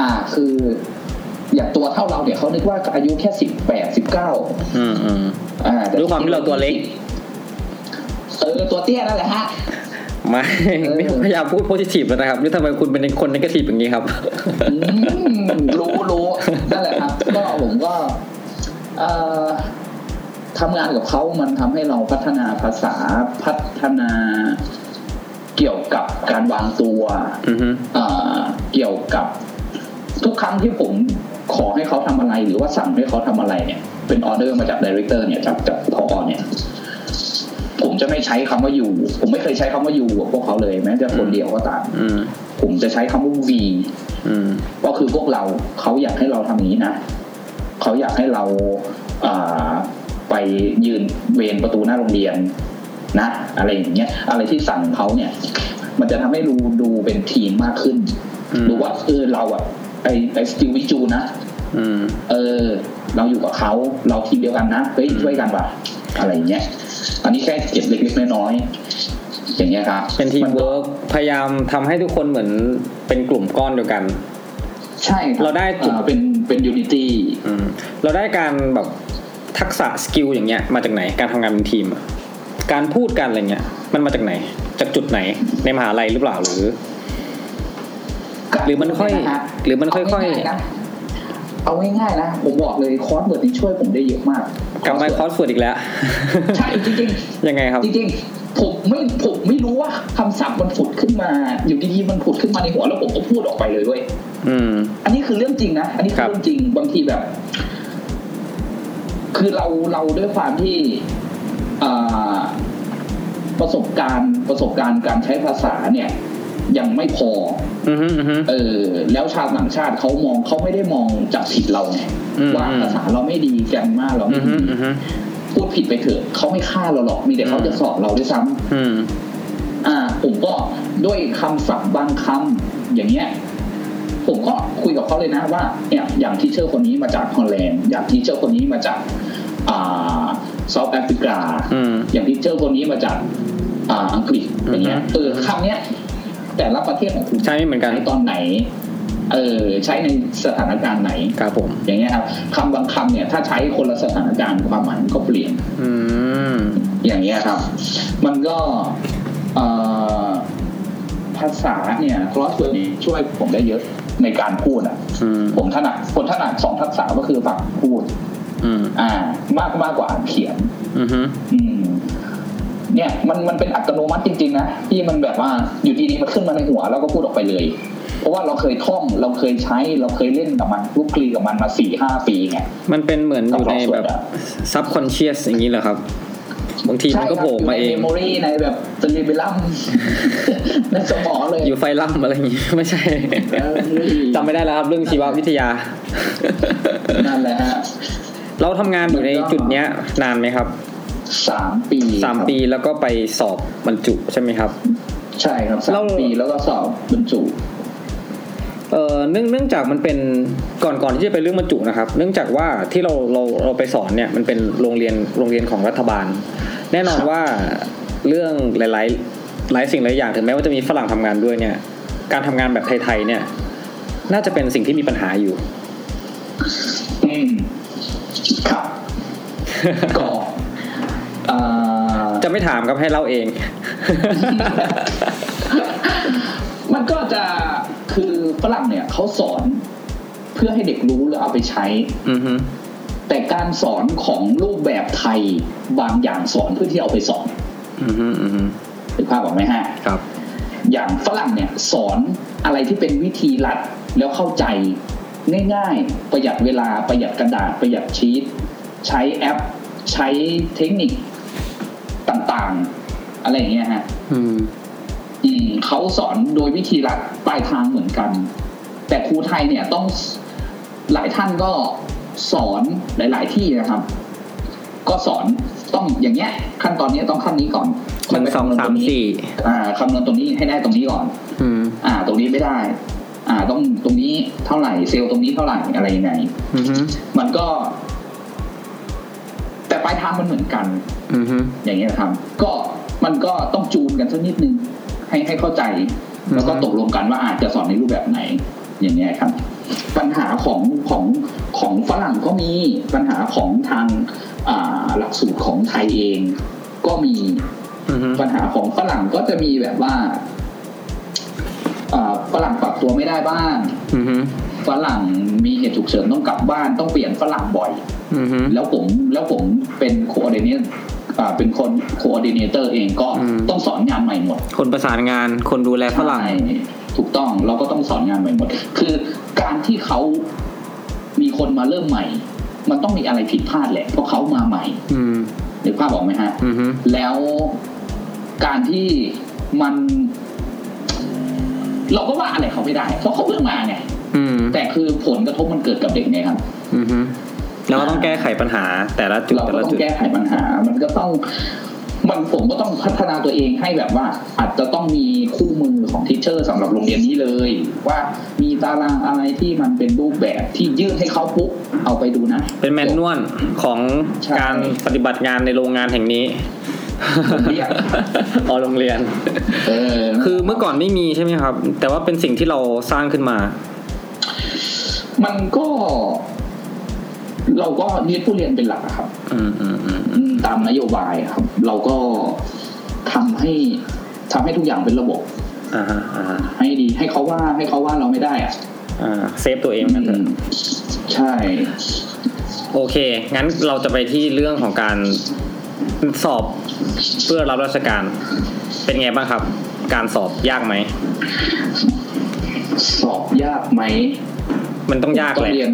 Speaker 2: อ่าคืออย่างตัวเท่าเราเนี่ยเขานึกว่าอายุแค่สิบแปดสิบเก้า
Speaker 1: อืมอืม
Speaker 2: อ่าแต่
Speaker 1: ด้วยความที่เราตัวเล็ก
Speaker 2: เออตัวเตี้ยนั่นแหละฮะ
Speaker 1: ไม่ไม่พยายามพูดโพสิทีฟนะครับนี่ทำไมคุณเป็นคนนกาทีฟอย่างนี้ครับ
Speaker 2: อืมรู้รู้นั่นแหละครับ ก็ผมก็เอ่อทำงานกับเขามันทำให้เราพัฒนาภาษาพัฒนาเกี่ยวกับการวางตัว
Speaker 1: อือฮึ
Speaker 2: เอ่อเกี่ยวกับทุกครั้งที่ผมขอให้เขาทำอะไร หรือว่าสั่งให้เขาทำอะไรเนี่ย เป็นออเดอร์มาจากดีเรคเตอร์เนี่ยจากจากพอเนี่ย ผมจะไม่ใช้คำว่าอยู่ ผมไม่เคยใช้คำว่าอยู่กับพวกเขาเลยแม้แต่คนเดียวก็ตาม
Speaker 1: อืม
Speaker 2: ผมจะใช้คำว่า V
Speaker 1: อืม
Speaker 2: ก็คือพวกเราเขาอยากให้เราทำอย่างนี้นะเขาอยากให้เราอ่าไปยืนเวรประตูหน้าโรงเรียนนะ อะไรอย่างเงี้ยอะไรที่สั่งเขาเนี่ย มันจะทำให้ดูดูเป็นทีมมากขึ้น
Speaker 1: อืม
Speaker 2: ดูว่าเออเราอะไอไอสติวิจูนะ
Speaker 1: อืม
Speaker 2: เออ เราอยู่กับเขาเราทีมเดียวกันนะเฮ้ยช่วยกันว่ะอะไรอย่างเงี้ย อันนี้แค่เก็บเล็กๆน้อยๆอย่างเงี้ยครับ
Speaker 1: เป็นทีม
Speaker 2: มัก็
Speaker 1: เวิร์กพยายามทำให้ทุกคนเหมือนเป็นกลุ่มก้อนเดียวกัน
Speaker 2: ใช่คบ
Speaker 1: เราได้จุด
Speaker 2: อ่าเป็นเป็นยูนิตี้
Speaker 1: อืม เราได้การแบบทักษะสกิลอย่างเงี้ยมาจากไหน การทำงานเป็นทีมอะการพูดกันอะไรเงี้ย มันมาจากไหน จากจุดไหน ในมหาลัยหรือเปล่าหรือ หรือมันค่อย
Speaker 2: ะฮะ
Speaker 1: หรือมันค่อยๆ
Speaker 2: เาง่าๆนะเอาง่ายๆนะ ผมบอกเลยคอร์สเวิร์ดนี่ช่วยผมได้เยอะมาก
Speaker 1: กลับมาคอร์สสวดอีกแล้ว
Speaker 2: ใช่จริง
Speaker 1: ยังไงครับ
Speaker 2: ๆจริงๆผมไม่ผมไม่รู้ว่าคำศัพท์มันผุดขึ้นมา อยู่ดีๆมันผุดขึ้นมาในหัวแล้วผมก็พูดออกไปเลยเว้ย
Speaker 1: อืม
Speaker 2: อันนี้คือเรื่องจริงนะอันนี้
Speaker 1: ค
Speaker 2: คื
Speaker 1: รั
Speaker 2: อบ เรื่องจริงบางทีแบบ คือเราเราด้วยความที่อ่าประสบการณ์ประสบการณ์การใช้ภาษาเนี่ย ยังไม่พอ
Speaker 1: อืมอืม
Speaker 2: เออแล้วชาวต่างชาติเขามองเขาไม่ได้มองจับผิดเราไง
Speaker 1: อืม
Speaker 2: ว่าภาษาเราไม่ดีแกรมมาเรา
Speaker 1: อื
Speaker 2: ไม่
Speaker 1: ม
Speaker 2: ดี
Speaker 1: อืม
Speaker 2: พูดผิดไปเถอะเขาไม่ฆ่าเราหรอกมีแต่เขา
Speaker 1: อืม
Speaker 2: จะสอบเราด้วยซ้ำ
Speaker 1: อืม
Speaker 2: อ่า ผมก็ด้วยคำศัพท์บางคำอย่างเงี้ย ผมก็คุยกับเขาเลยนะว่าเนี่ยอย่างทีเชอร์คนนี้มาจากฮอลแลนด์อย่างทีเชอร์คนนี้มาจากอ่าเซาท์แอฟริกา
Speaker 1: อืม
Speaker 2: อย่างทีเชอร์คนนี้มาจากอ่าอังกฤษอย่างเงี้ย
Speaker 1: อืม
Speaker 2: เออคำเนี้ย แต่ละประเทศของคุณ
Speaker 1: ใช่เหมือนกัน
Speaker 2: ใช้ตอนไหน เออ ใช้ในสถานการณ์ไหน
Speaker 1: ครับผม
Speaker 2: อย่างเงี้ยครับคำบางคำเนี่ย ถ้าใช้คนละสถานการณ์ความหมายมันก็เปลี่ยน
Speaker 1: อืม
Speaker 2: อย่างเงี้ยครับ มันก็เอ่อภาษาเนี่ยคลอสตัวนี้ช่วยผมได้เยอะในการพูดอ่ะ
Speaker 1: อืม
Speaker 2: ผมถนัดคนถนัดสองทักษะก็คือฝั่งพูด
Speaker 1: อืม
Speaker 2: อ่ามากมากกว่าอ่านเขียน
Speaker 1: อืม
Speaker 2: อืม เนี่ยมันมันเป็นอัตโนมัติจริง ๆ นะที่มันแบบว่าอยู่ดีๆมันขึ้นมาในหัวแล้วก็พูดออกไปเลย เพราะว่าเราเคยท่องเราเคยใช้เราเคยเล่นกับมันลุกคลีกับมันมาสี่ห้าปีไง
Speaker 1: มันเป็นเหมือนอยู่ในแบบ subconscious อย่างนี้เหรอครับ บางทีมันก็โผล่มาเอง
Speaker 2: ใช่ครับยู่ในเมมโมรีในแบบสลีบิลัม ในสมองเลย
Speaker 1: อยู่ไฟล่ำอะไรอย่างนี้ ไม่ใช่
Speaker 2: เออ
Speaker 1: จำไม่ได้แล้วครับ เรื่องชีววิทยา
Speaker 2: นั่นแหละฮะ
Speaker 1: เราทำงานอยู่ในจุดเนี้ย นานไหมครับ
Speaker 2: สามปี
Speaker 1: สามปีแล้วก็ไปสอบบรรจุใช่ไหมครับ
Speaker 2: ใช่ครับสา
Speaker 1: เรา
Speaker 2: มปีแล้วก็สอบบรรจุ
Speaker 1: เอ่อเนื่องเนื่องจากมันเป็นก่อนก่อนที่จะเป็นเรื่องบรรจุนะครับ เนื่องจากว่าที่เราเราเราไปสอนเนี่ยมันเป็นโรงเรียนโรงเรียนของรัฐบาล แน่นอนว่าเรื่องหลายๆหลายสิ่งหลายอย่างถึงแม้ว่าจะมีฝรั่งทำงานด้วยเนี่ย การทำงานแบบไทยๆเนี่ย น่าจะเป็นสิ่งที่มีปัญหาอยู่
Speaker 2: อืม ครับ ก็เอ่อ
Speaker 1: จะไม่ถามครับให้เล่าเอง
Speaker 2: มันก็จะคือฝรั่งเนี่ยเขาสอนเพื่อให้เด็กรู้แล้วเอาไปใช้
Speaker 1: อือฮึ
Speaker 2: แต่การสอนของรูปแบบไทยบางอย่างสอนเพื่อที่เอาไปสอน
Speaker 1: อือฮึอือฮึ
Speaker 2: ถึงภาพออกไหมฮะ
Speaker 1: ครับ
Speaker 2: อย่างฝรั่งเนี่ยสอนอะไรที่เป็นวิธีรัดแล้วเข้าใจง่ายๆ ประหยัดเวลาประหยัดกระดาษประหยัดชีตใช้แอป ใช้เทคนิคต่างๆ อะไรอย่างเงี้ยฮะ
Speaker 1: อืม
Speaker 2: อืมเขาสอนโดยวิธีรัดปลายทางเหมือนกัน แต่ครูไทยเนี่ยต้องหลายท่านก็สอนหลาย ๆ ที่นะครับ ก็สอนต้องอย่างเงี้ย ขั้นตอนเนี้ยต้องขั้นนี้ก่อน
Speaker 1: หนึ่งสองสามสี่
Speaker 2: อ่าคำนวณตรงนี้ให้ได้ตรงนี้ก่อน
Speaker 1: อืม
Speaker 2: อ่า ตรงนี้ไม่ได้ อ่า ต้องตรงนี้เท่าไหร่เซลล์ตรงนี้เท่าไหร่อะไรยังไง
Speaker 1: อืมฮึ
Speaker 2: มันก็ แต่ปลายทางมันเหมือนกัน
Speaker 1: อืมฮึ
Speaker 2: อย่างเงี้ยนะครับ ก็มันก็ต้องจูนกันสักนิดนึง ให้ให้เข้าใจ
Speaker 1: อือฮึ
Speaker 2: แล้วก็ตกลงกันว่าอาจจะสอนในรูปแบบไหน อย่างเงี้ยครับ ปัญหาของของของฝรั่งก็มีปัญหาของทางอ่าหลักสูตรของไทยเอง ก็มี
Speaker 1: อืมฮึ
Speaker 2: ปัญหาของฝรั่งก็จะมีแบบว่าอ่าฝรั่งปรับตัวไม่ได้บ้าง
Speaker 1: อืมฮึ
Speaker 2: ฝรั่งมีเหตุฉุกเฉินต้องกลับบ้านต้องเปลี่ยนฝรั่งบ่อย
Speaker 1: อืมฮึ
Speaker 2: แล้วผมแล้วผมเป็นโคออเดเนตเป็นคนโคออเดเนเตอร์เองก็
Speaker 1: อืม
Speaker 2: ต้องสอนงานใหม่หมด
Speaker 1: คนประสานงานคนดูแลฝรั่ง
Speaker 2: ใช่ถูกต้องเราก็ต้องสอนงานใหม่หมด คือการที่เขามีคนมาเริ่มใหม่ มันต้องมีอะไรผิดพลาดแหละเพราะเขามาใหม่
Speaker 1: อืม
Speaker 2: นึกภาพออกไหมฮะ
Speaker 1: อืมฮึ
Speaker 2: แล้วการที่มัน เราก็ว่าอะไรเขาไม่ได้ เพราะเขาเพิ่งมาไง
Speaker 1: อืม
Speaker 2: แต่คือผลกระทบมันเกิดกับเด็กไงครับ
Speaker 1: อืมฮึเราก็ต้องแก้ไขปัญหาแต่ละจุด
Speaker 2: เรา
Speaker 1: แต่
Speaker 2: ก็
Speaker 1: ละ
Speaker 2: ต้อง
Speaker 1: จุด
Speaker 2: แก้ไขปัญหา มันก็ต้อง มันผมก็ต้องพัฒนาตัวเองให้แบบว่า อาจจะต้องมีคู่มือของทิเชอร์สำหรับโรงเรียนนี้เลย ว่ามีตารางอะไรที่มันเป็นรูปแบบที่ยื่นให้เขาปุ๊บเอาไปดูนะ
Speaker 1: เป็นแมนนวลของ
Speaker 2: ใช่
Speaker 1: การปฏิบัติงานในโรงงานแห่งนี้ อ๋อโรงเรียน
Speaker 2: เออ
Speaker 1: คือเมื่อก่อนไม่มีใช่ไหมครับ แต่ว่าเป็นสิ่งที่เราสร้างขึ้นมา
Speaker 2: มันก็ เราก็ยึดผู้เรียนเป็นหลักอะครับ
Speaker 1: อืมอืมอืม
Speaker 2: อืมตามนโยบายครับ เราก็ทำให้ทำให้ทุกอย่างเป็นระบบ
Speaker 1: อ่าฮะอ่าฮะ
Speaker 2: ให้ดี ให้เขาว่าให้เขาว่าเราไม่ได้อะ
Speaker 1: อ่าเซฟตัวเองกันเถอะ
Speaker 2: อืมใช่
Speaker 1: โอเค งั้นเราจะไปที่เรื่องของการสอบเพื่อรับราชการ เป็นไงบ้างครับ การสอบยากไหม
Speaker 2: สอบยากไหม
Speaker 1: มันต้องยาก
Speaker 2: ต้อ
Speaker 1: แห
Speaker 2: ง
Speaker 1: ละ
Speaker 2: เรียน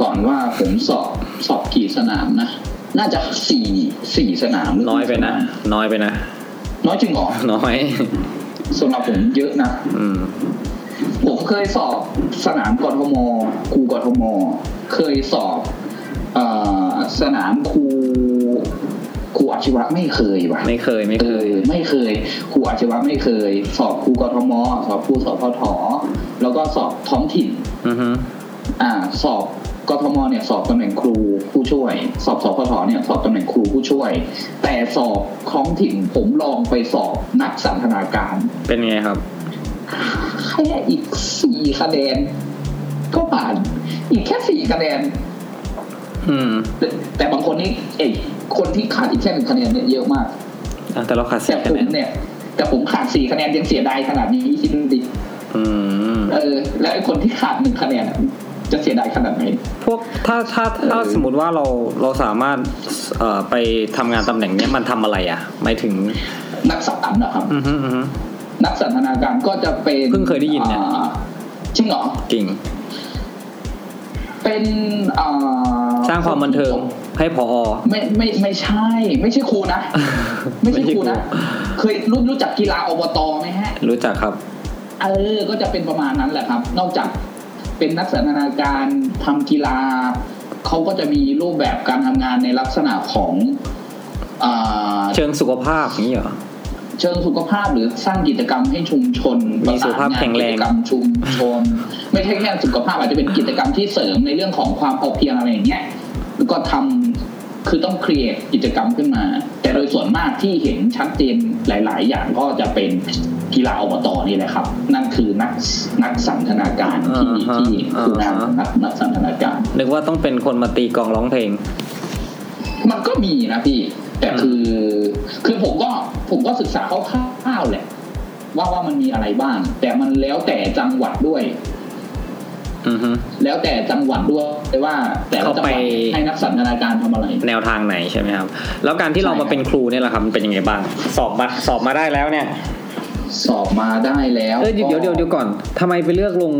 Speaker 2: ก่อนว่าผมสอบสอบกี่สนามนะน่าจะสี่สี่สนามหรื
Speaker 1: น้อยไปนะ
Speaker 2: กี่สาม
Speaker 1: น้อยไปนะ
Speaker 2: น้อยจริงเหรอ
Speaker 1: น้อย
Speaker 2: สำหรับผมเยอะนะ
Speaker 1: อืม
Speaker 2: ผมเคยสอบสนามกทมครูกทมเคยสอบเอ่อสนามครูครูอาชีวะไม่เคยว่ะ
Speaker 1: ไม่เคยไม่
Speaker 2: เอ
Speaker 1: เคย
Speaker 2: อไม่เคยครูอาชีวะไม่เคย สอบครูกทมสอบครูสอบพทแล้วก็สอบท้องถิ่น
Speaker 1: อือฮึ
Speaker 2: อ่า สอบกทมเนี่ยสอบตำแหน่งครูผู้ช่วย สอบสอบพทเนี่ยสอบตำแหน่งครูผู้ช่วย แต่สอบท้องถิ่นผมลองไปสอบนักสันทนาการ
Speaker 1: เป็นไงครับ
Speaker 2: แค่อีกสี่คะแนนก็ผ่าน อีกแค่สี่คะแนน
Speaker 1: อืม
Speaker 2: แต่แต่บางคนนี่เอ้ยคนที่ขาดอีกแค่หนึ่งคะแนนเนี่ยเยอะมาก
Speaker 1: อ่ะแต่เราขาด
Speaker 2: แต่
Speaker 1: สี่
Speaker 2: ผ
Speaker 1: คะแน
Speaker 2: ม
Speaker 1: น
Speaker 2: เนี่ย แต่ผมขาดสี่คะแนนยังเสียดายขนาดนี้คิดดูดิ
Speaker 1: อืม
Speaker 2: เออแล้วไอ้คนที่ขาดหนึ่งคะแนนอะจะเสียดายขนาดไหน
Speaker 1: พวกถ้าถ้าถ้า
Speaker 2: เออ
Speaker 1: สมมติว่าเราเราสามารถเอ่อไปทำงานตำแหน่งเนี้ยมันทำอะไรอ่ะหมายถึง
Speaker 2: นักสัตว์นะครับ
Speaker 1: อือฮึอือฮึ
Speaker 2: นักสันทนาการก็จะเป็น
Speaker 1: เพิ่งเคยได้ยินเนี่ย
Speaker 2: อ่าจริงเหรอ
Speaker 1: จริง
Speaker 2: เป็นอ่า
Speaker 1: สร้างความบันเทิงให้พอ
Speaker 2: ไม่ไม่ไม่ใช่ ไม่ใช่ครู นะ ไม่ใช่ครูนะเคยรู้รู้จักกีฬาอบตไหมฮะ
Speaker 1: รู้จักครับ
Speaker 2: เออ ก็จะเป็นประมาณนั้นแหละครับ นอกจากเป็นนักสันทนาการทำกีฬา เขาก็จะมีรูปแบบการทำงานในลักษณะของอ่า
Speaker 1: เชิงสุขภาพอย่างนี้เหรอ
Speaker 2: เชิงสุขภาพหรือสร้างกิจกรรมให้ชุมชน
Speaker 1: มีสุขภาพแข็งแรง
Speaker 2: ประสานานกิจกรรมชุมชน ไม่ใช่แค่สุขภาพอาจจะเป็นกิจกรรมที่เสริมในเรื่องของความพอเพียงอะไรอย่างเงี้ยแล้วก็ทำคือต้องครีเอทกิจกรรมขึ้นมา แต่โดยส่วนมากที่เห็นชัดเจนหลาย ๆ อย่างก็จะเป็นกีฬาอบตนี่แหละครับ นั่นคือนักนักสันทนาการที่
Speaker 1: อ่าฮะ
Speaker 2: ที่คือนาม
Speaker 1: อ่าฮะ
Speaker 2: นักนักสันทนาการ
Speaker 1: นึกว่าต้องเป็นคนมาตีกลองร้องเพลง
Speaker 2: มันก็มีนะพี่ แต่คือคือผมก็ผมก็ศึกษาคร่าวๆแหละ ว่าว่ามันมีอะไรบ้าง แต่มันแล้วแต่จังหวัดด้วย
Speaker 1: อือฮึ
Speaker 2: แล้วแต่จังหวัดด้วยว่าแต่ละจังหวัด
Speaker 1: เข้าไป
Speaker 2: ให้นักสันทนาการทำอะไร
Speaker 1: แนวทางไหนใช่ไหมครับ แล้วการที่เรา
Speaker 2: ใช่
Speaker 1: มา
Speaker 2: ครับ
Speaker 1: เป็นครูเนี่ยแหละครับมันเป็นยังไงบ้าง สอบมาสอบมาได้แล้วเนี่ย
Speaker 2: สอบมาได้แล้ว
Speaker 1: เออเดี๋ยว
Speaker 2: ก็
Speaker 1: เดี๋ยวเดี๋ยวเดี๋ยวก่อนทำไมไปเลือกลง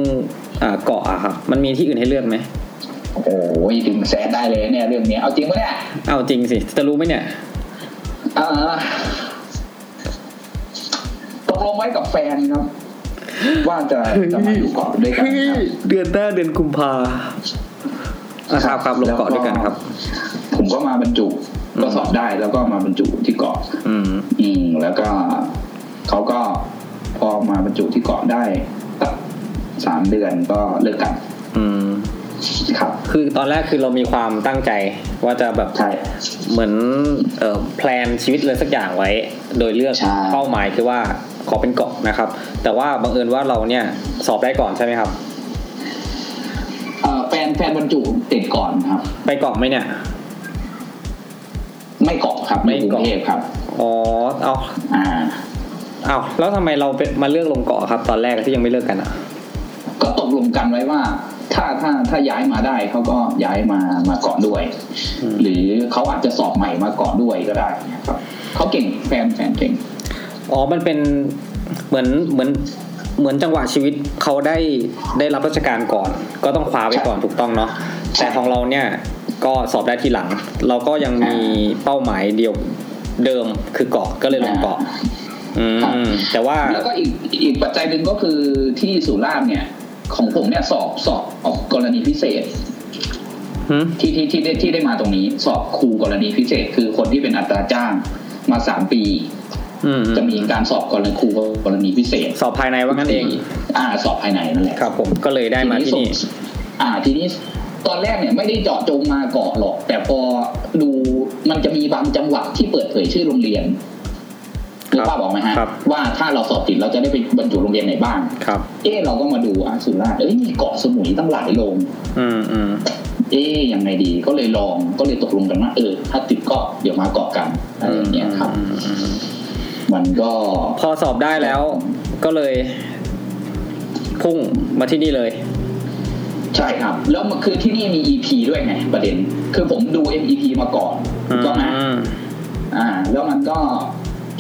Speaker 1: อ่าเกาะอะครับ มันมีที่อื่นให้เลือกไหม
Speaker 2: โอ้ยถึงแสนได้เลยเนี่ยเรื่องเนี้ยเอาจริงปะเนี่ย
Speaker 1: เอาจริงสิจะรู้ไหมเนี่ย
Speaker 2: เอ่อตกลงไว้กับแฟนครับ ว่าจะจะมาอยู่เกาะด้วยกันครับ
Speaker 1: เดือนหน้าเดือนกุมภานะครับครับลงเกาะด้วยกันครับ
Speaker 2: ผมก็มาบรรจุ ก็สอบได้แล้วก็มาบรรจุที่เกาะ
Speaker 1: อืม
Speaker 2: อืมแล้วก็เขาก็พอมาบรรจุที่เกาะได้สักสามเดือนก็เลิกกัน
Speaker 1: อืม
Speaker 2: ครับ
Speaker 1: คือตอนแรกคือเรามีความตั้งใจว่าจะแบบ
Speaker 2: ใช่
Speaker 1: เหมือนเอ่อแพลนชีวิตเลยสักอย่างไว้ โดยเลือก
Speaker 2: ใช่
Speaker 1: เป้าหมายคือว่าขอเป็นเกาะนะครับ แต่ว่าบังเอิญว่าเราเนี่ยสอบได้ก่อนใช่ไหมครับ
Speaker 2: เอ่อแฟนแฟนบรรจุติดก่อนครับ
Speaker 1: ไปเกาะไหมเนี่ย
Speaker 2: ไม่เกาะครับไม่กรุงเทพครับ
Speaker 1: อ๋อ เอา
Speaker 2: อ่า
Speaker 1: เอาแล้วทำไมเราเป็นมาเลือกลงเกาะครับ ตอนแรกที่ยังไม่เลิกกันอ่ะ
Speaker 2: ก็ตกลงกันไว้ว่า ถ้าถ้าถ้าย้ายมาได้เขาก็ย้ายมามาเกาะด้วย
Speaker 1: อืม
Speaker 2: หรือเขาอาจจะสอบใหม่มาเกาะด้วยก็ได้นะครับเขาเก่งแฟนแฟนเก่ง
Speaker 1: อ๋อ มันเป็นเหมือนเหมือนเหมือนจังหวะชีวิตเขาได้ได้รับราชการก่อน ก็ต้องคว้าไว้ก่อนถูกต้องเนาะ
Speaker 2: ใช่
Speaker 1: แต่ของเราเนี่ยก็สอบได้ทีหลัง เราก็ยังมีเป้าหมายเดียวเดิมคือเกาะก็เลยลงเกาะอื
Speaker 2: ครับ
Speaker 1: มแต่ว่า
Speaker 2: แล้วก็อีกอีกปัจจัยหนึ่งก็คือที่สุราษฎร์เนี่ย ของผมเนี่ยสอบสอบออกกรณีพิเศษ
Speaker 1: หืม
Speaker 2: ที่ที่ที่ได้ที่ได้มาตรงนี้สอบครูกรณีพิเศษ คือคนที่เป็นอัตราจ้างมาสามปี
Speaker 1: อืม
Speaker 2: จะมีการสอบกรณีครูกรณีพิเศษ
Speaker 1: สอบภายในว่างั้นเอง
Speaker 2: อ่าสอบภายในนั่นแหละ
Speaker 1: ครับ ผมก็เลยได้มาที่นี่
Speaker 2: ส่งอ่า ทีนี้ตอนแรกเนี่ยไม่ได้เจาะจงมาเกาะหรอก แต่พอดูมันจะมีบางจังหวัดที่เปิดเผยชื่อโรงเรียน
Speaker 1: ครับ
Speaker 2: หรือป้าบอกไหมฮะ
Speaker 1: ครับ
Speaker 2: ว่าถ้าเราสอบติดเราจะได้ไปบรรจุโรงเรียนไหนบ้าง
Speaker 1: ครับ
Speaker 2: เอ๊ะเราก็มาดูอ่ะสุราษฎร์เอ้ยมีเกาะสมุยตั้งหลายโรง
Speaker 1: อืมอืม
Speaker 2: เอ๊ะยังไงดีก็เลยลองก็เลยตกลงกันว่าเออ ถ้าติดก็เดี๋ยวมาเกาะกันอะไรอย่างเงี้ยครับ
Speaker 1: อืมอืมอืม
Speaker 2: มันก็
Speaker 1: พอสอบได้แล้ว ก็เลย พุ่งมาที่นี่เลย
Speaker 2: ใช่ครับ แล้วมันคือที่นี่มี EP ด้วยไงประเด็น คือผมดู MEP มาก่อนถูกต้องไหม
Speaker 1: อืม
Speaker 2: อ่าแล้วมันก็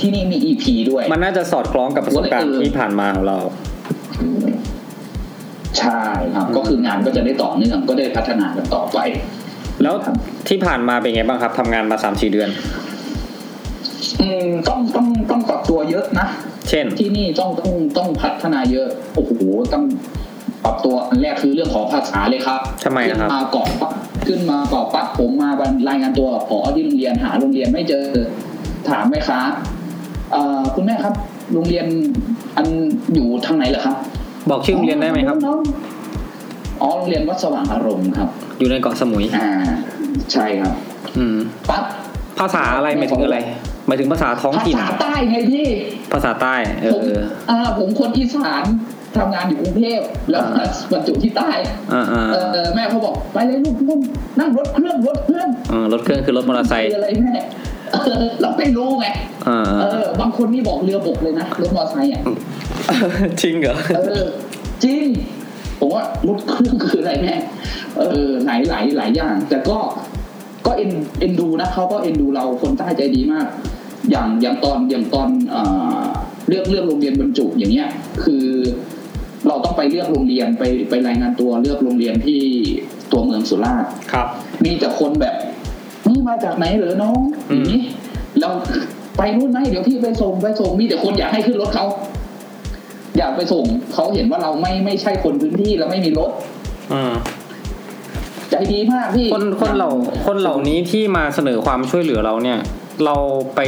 Speaker 2: ที่นี่มี EP ด้วย
Speaker 1: มันน่าจะสอดคล้องกับประสบการณ์ที่ผ่านมาของเรา
Speaker 2: ใช่ครับ ก็คืองานก็จะได้ต่อเนื่องก็ได้พัฒนากันต่อไป
Speaker 1: แล้ว
Speaker 2: ครับ
Speaker 1: ที่ผ่านมาเป็นไงบ้างครับทำงานมาสามสี่เดือน
Speaker 2: อืมต้องต้องต้องปรับตัวเยอะนะ
Speaker 1: เช่น
Speaker 2: ที่นี่ต้องต้องต้องพัฒนาเยอะโอ้โหต้องปรับตัวอันแรกคือเรื่องของภาษาเลยครับ
Speaker 1: ทำไมนะครับ
Speaker 2: ขึ้นมาเกาะปั๊บขึ้นมาเกาะปั๊บผมมาบรรรายงานตัวกับผอที่โรงเรียนหาโรงเรียนไม่เจอ ถามแม่ค้าเอ่อคุณแม่ครับ โรงเรียนอันอยู่ทางไหนเหรอครับ
Speaker 1: บอกชื่อโรงเรียนได้ไหมครับ
Speaker 2: อ๋อโรงเรียนวัดสว่างอารมณ์ครับ
Speaker 1: อยู่ในเกาะสมุย
Speaker 2: อ่า ใช่ครับ
Speaker 1: อืม
Speaker 2: ปั๊บ
Speaker 1: ภาษาอะไรหมายถึงอะไรหมายถึงภาษาท้อง
Speaker 2: ภา
Speaker 1: ถิ่น
Speaker 2: ษาใต้ไงพี่
Speaker 1: ภาษาใต้ เอ
Speaker 2: ผม
Speaker 1: อ
Speaker 2: อ่าผมคนอีสานทำงานอยู่กรุงเทพแล้ว
Speaker 1: อ่า
Speaker 2: บรรจุที่ใต้
Speaker 1: อ่าอ่า
Speaker 2: เออแม่เขาบอกไปเลยลูกลูกนั่งรถเครื่องรถเครื่อง
Speaker 1: อ่ารถเครื่องคือรถมอเตอร์ไซค์
Speaker 2: เรืออะไรแม่เออเราไม่รู้ไง
Speaker 1: อ่า
Speaker 2: เออบางคนนี่บอกเรือบกเลยนะรถมอเตอร์ไซค์อ่ะ
Speaker 1: ๆจริงเหรอ
Speaker 2: เออจริงผมว่ารถเครื่องคืออะไรแม่เออหลายหลายหลายอย่าง แต่ก็ก็เอ็นเอ็นดูนะเขาก็เอ็นดูเราคนใต้ใจดีมาก อย่างอย่างตอนอย่างตอนเอ่อเรื่องเรื่องโรงเรียนบรรจุอย่างเงี้ย คือเราต้องไปเลือกโรงเรียนไปไปรายงานตัวเลือกโรงเรียนที่ตัวเมืองสุราษฎร์
Speaker 1: ครับ
Speaker 2: มีแต่คนแบบนี่มาจากไหนเหรอน้องอย่างนี้เราไปนู่นไหมเดี๋ยวพี่ไปส่งไปส่งมีแต่คนอยากให้ขึ้นรถเขาอยากไปส่งเขาเห็นว่าเราไม่ไม่ใช่คนพื้นที่เราไม่มีรถ
Speaker 1: อืม
Speaker 2: ใจดีมากพี่
Speaker 1: คนคนเหล่าคนเหล่านี้ที่มาเสนอความช่วยเหลือเราเนี่ย เราไป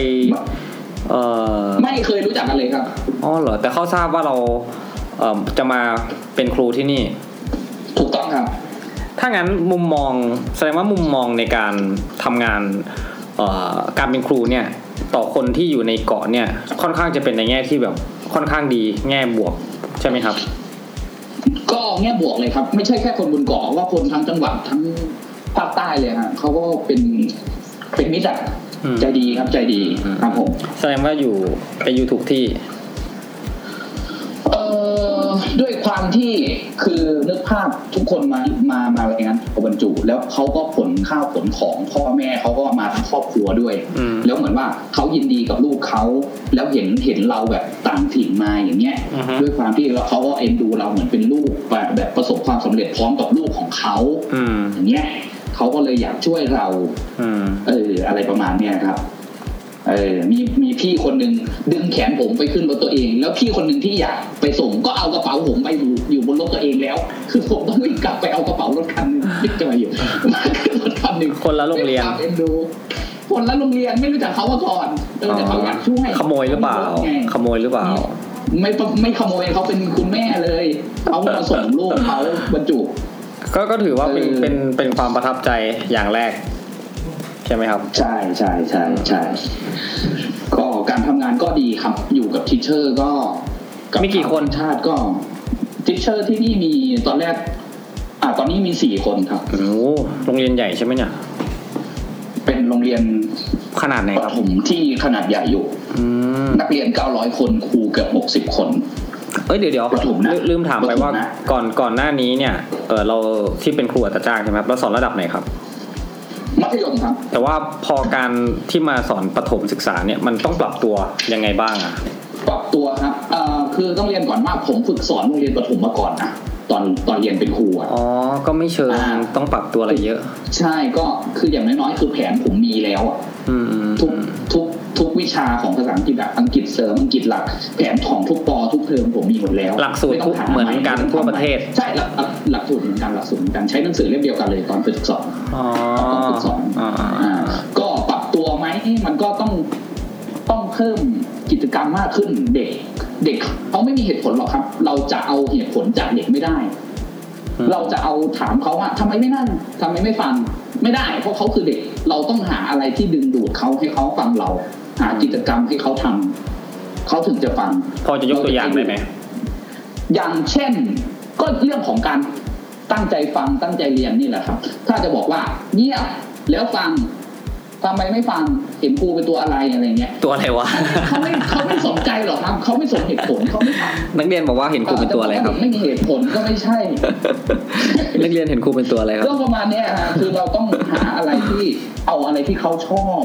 Speaker 1: เอ่อ
Speaker 2: ไม่เคยรู้จักกันเลยครับ
Speaker 1: อ๋อเหรอแต่เขาทราบว่าเราเอ่อจะมาเป็นครูที่นี่
Speaker 2: ถูกต้องครับ
Speaker 1: ถ้างั้นมุมมองแสดงว่ามุมมองในการทำงานเอ่อการเป็นครูเนี่ย ต่อคนที่อยู่ในเกาะเนี่ย ค่อนข้างจะเป็นในแง่ที่แบบค่อนข้างดีแง่บวกใช่ไหมครับ
Speaker 2: ก็แง่บวกเลยครับ ไม่ใช่แค่คนบนเกาะว่าคนทั้งจังหวัดทั้งภาคใต้เลยฮะเขาก็เป็นเป็นมิตรอะ
Speaker 1: อืม
Speaker 2: ใจดีครับใจดีครับผม
Speaker 1: แสดงว่าอยู่ไปอยู่ถูกที่
Speaker 2: เอ่อด้วยความที่คือนึกภาพทุกคนมามามารายงานตัวบรรจุ แล้วเขาก็ผลข้าวผลของพ่อแม่เขาก็มาทั้งครอบครัวด้วย
Speaker 1: อืม
Speaker 2: แล้วเหมือนว่าเขายินดีกับลูกเขาแล้วเห็นเห็นเราแบบต่างถิ่นมาอย่างเงี้ย
Speaker 1: อือฮึ
Speaker 2: ด้วยความที่เขาก็เอ็นดูเราเหมือนเป็นลูกแบบแบบประสบความสำเร็จพร้อมกับลูกของเขา
Speaker 1: อืม
Speaker 2: อย่างเงี้ยเขาก็เลยอยากช่วยเรา
Speaker 1: อืม
Speaker 2: เออ อะไรประมาณเนี้ยครับ เออ มีมีพี่คนหนึ่งดึงแขนผมไปขึ้นรถตัวเอง แล้วพี่คนหนึ่งที่อยากไปส่งก็เอากระเป๋าผมไปอยู่อยู่บนรถตัวเองแล้ว คือผมต้องวิ่งกลับ ไปเอากระเป๋ารถคันหนึงที่เจออยู่มาขึ้นรถคันหนึ่ง
Speaker 1: คนละโรงเรียน
Speaker 2: ด้วยความเอ็นดู ผ คนละโรงเรียนไม่รู้จักเขามาก่อนเออแต่เขาอยากช่วย
Speaker 1: ขโมยหรือเปล่า
Speaker 2: ไง
Speaker 1: ขโมยหรือเปล่า
Speaker 2: ไม่ปะไม่ขโมยเขาเป็นคุณแม่เลยเขามาส่งลูกเขาบรรจุ
Speaker 1: ก็ก็ถือว่าเป็น
Speaker 2: เออ
Speaker 1: เป็นเป็นความประทับใจอย่างแรก ใช่ไหมครับ
Speaker 2: ใช่ใช่ใช่ใช่ก็การทำงานก็ดีครับ อยู่กับทิชเชอร์ก็บ
Speaker 1: มีกี่คน
Speaker 2: ชาติก็ทิชเชอร์ที่นี่มีตอนแรก อ่าตอนนี้มีสี่คนครับ
Speaker 1: โอ้โหโรงเรียนใหญ่ใช่ไหมเนี่ย
Speaker 2: เป็นโรงเรียน
Speaker 1: ขนาดไหน
Speaker 2: ป
Speaker 1: ครับ
Speaker 2: ฐมที่ขนาดใหญ่อยู่
Speaker 1: อืม
Speaker 2: นักเรียนเก้าร้อยคนครูเกือบหกสิบ60 คน
Speaker 1: เอ้ยเดี๋ยวเดี๋ยว
Speaker 2: ประถมนะ
Speaker 1: ลืมลืมถามไปว่า
Speaker 2: ประถมนะ
Speaker 1: ก่อนก่อนหน้านี้เนี่ยเออเราที่เป็นครูอัตราจ้างใช่ไหมครับเราสอนระดับไหนครับ
Speaker 2: มัธยมครับ
Speaker 1: แต่ว่าพอการที่มาสอนประถมศึกษาเนี่ยมันต้องปรับตัวยังไงบ้างอ่ะ
Speaker 2: ปรับตัวครับเอ่อคือต้องเรียนก่อนว่าผมฝึกสอนโรงเรียนประถมมาก่อนนะตอนตอนเรียนเป็นครูอะ
Speaker 1: อ๋อ ก็ไม่เชิง
Speaker 2: อ่า
Speaker 1: ต้องปรับตัวอะไรเยอะ
Speaker 2: ใช่ก็คืออย่างน้อยๆคือแผนผมมีแล้วอะ
Speaker 1: อืมอืม
Speaker 2: ทุกทุกทุกวิชาของภาษาอังกฤษแบบอังกฤษเสริมอังกฤษหลัก แผนของทุกปอทุกเทอมผมมีหมดแล้ว
Speaker 1: หลักสูตรทุก
Speaker 2: ไต้งา
Speaker 1: เหมือนกัน
Speaker 2: ไต้ง
Speaker 1: ทั่วประเทศ
Speaker 2: ใช่หลักหลักหลักสูตรเหมือนกันหลักสูตรเหมือนกันใช้หนังสือเล่มเดียวกันเลยตอนฝึกสอน
Speaker 1: อ๋อ
Speaker 2: ฝึกสอน
Speaker 1: อ่า
Speaker 2: อ่าก็ปรับตัวไหมมันก็ต้องต้องเพิ่มกิจกรรมมากขึ้นเด็ก เด็กเขาไม่มีเหตุผลหรอกครับ เราจะเอาเหตุผลจากเด็กไม่ได้ เราจะเอาถามเขาว่าทำไมไม่นั่นทำไมไม่ฟังไม่ได้ เพราะเขาคือเด็ก เราต้องหาอะไรที่ดึงดูดเขาให้เขาฟังเรา หากิจกรรมให้เขาทำเขาถึงจะฟัง
Speaker 1: พอจะยกตัวอย่างได้ไหม
Speaker 2: อย่างเช่นก็เรื่องของการตั้งใจฟังตั้งใจเรียนนี่แหละครับ ถ้าจะบอกว่าเงียบแล้วฟังทำไมไม่ฟังเห็นกูเป็นตัวอะไรอะไรเงี้ย
Speaker 1: ตัวอะไรวะ
Speaker 2: เขาไม่เขาไม่สนใจหรอกครับเขาไม่สนเหตุผลเขาไม่ฟัง
Speaker 1: นักเรียนบอกว่าเห็นครูเป็นตัวอะไรครับ
Speaker 2: เาจกว่าเด็กไม่มีเหตุผลก็ไม่ใช่
Speaker 1: นักเรียนเห็นครูเป็นตัวอะไรครับ
Speaker 2: เรื่องประมาณเนี้ยฮะคือเราต้องหาอะไรที่เอาอะไรที่เขาชอบ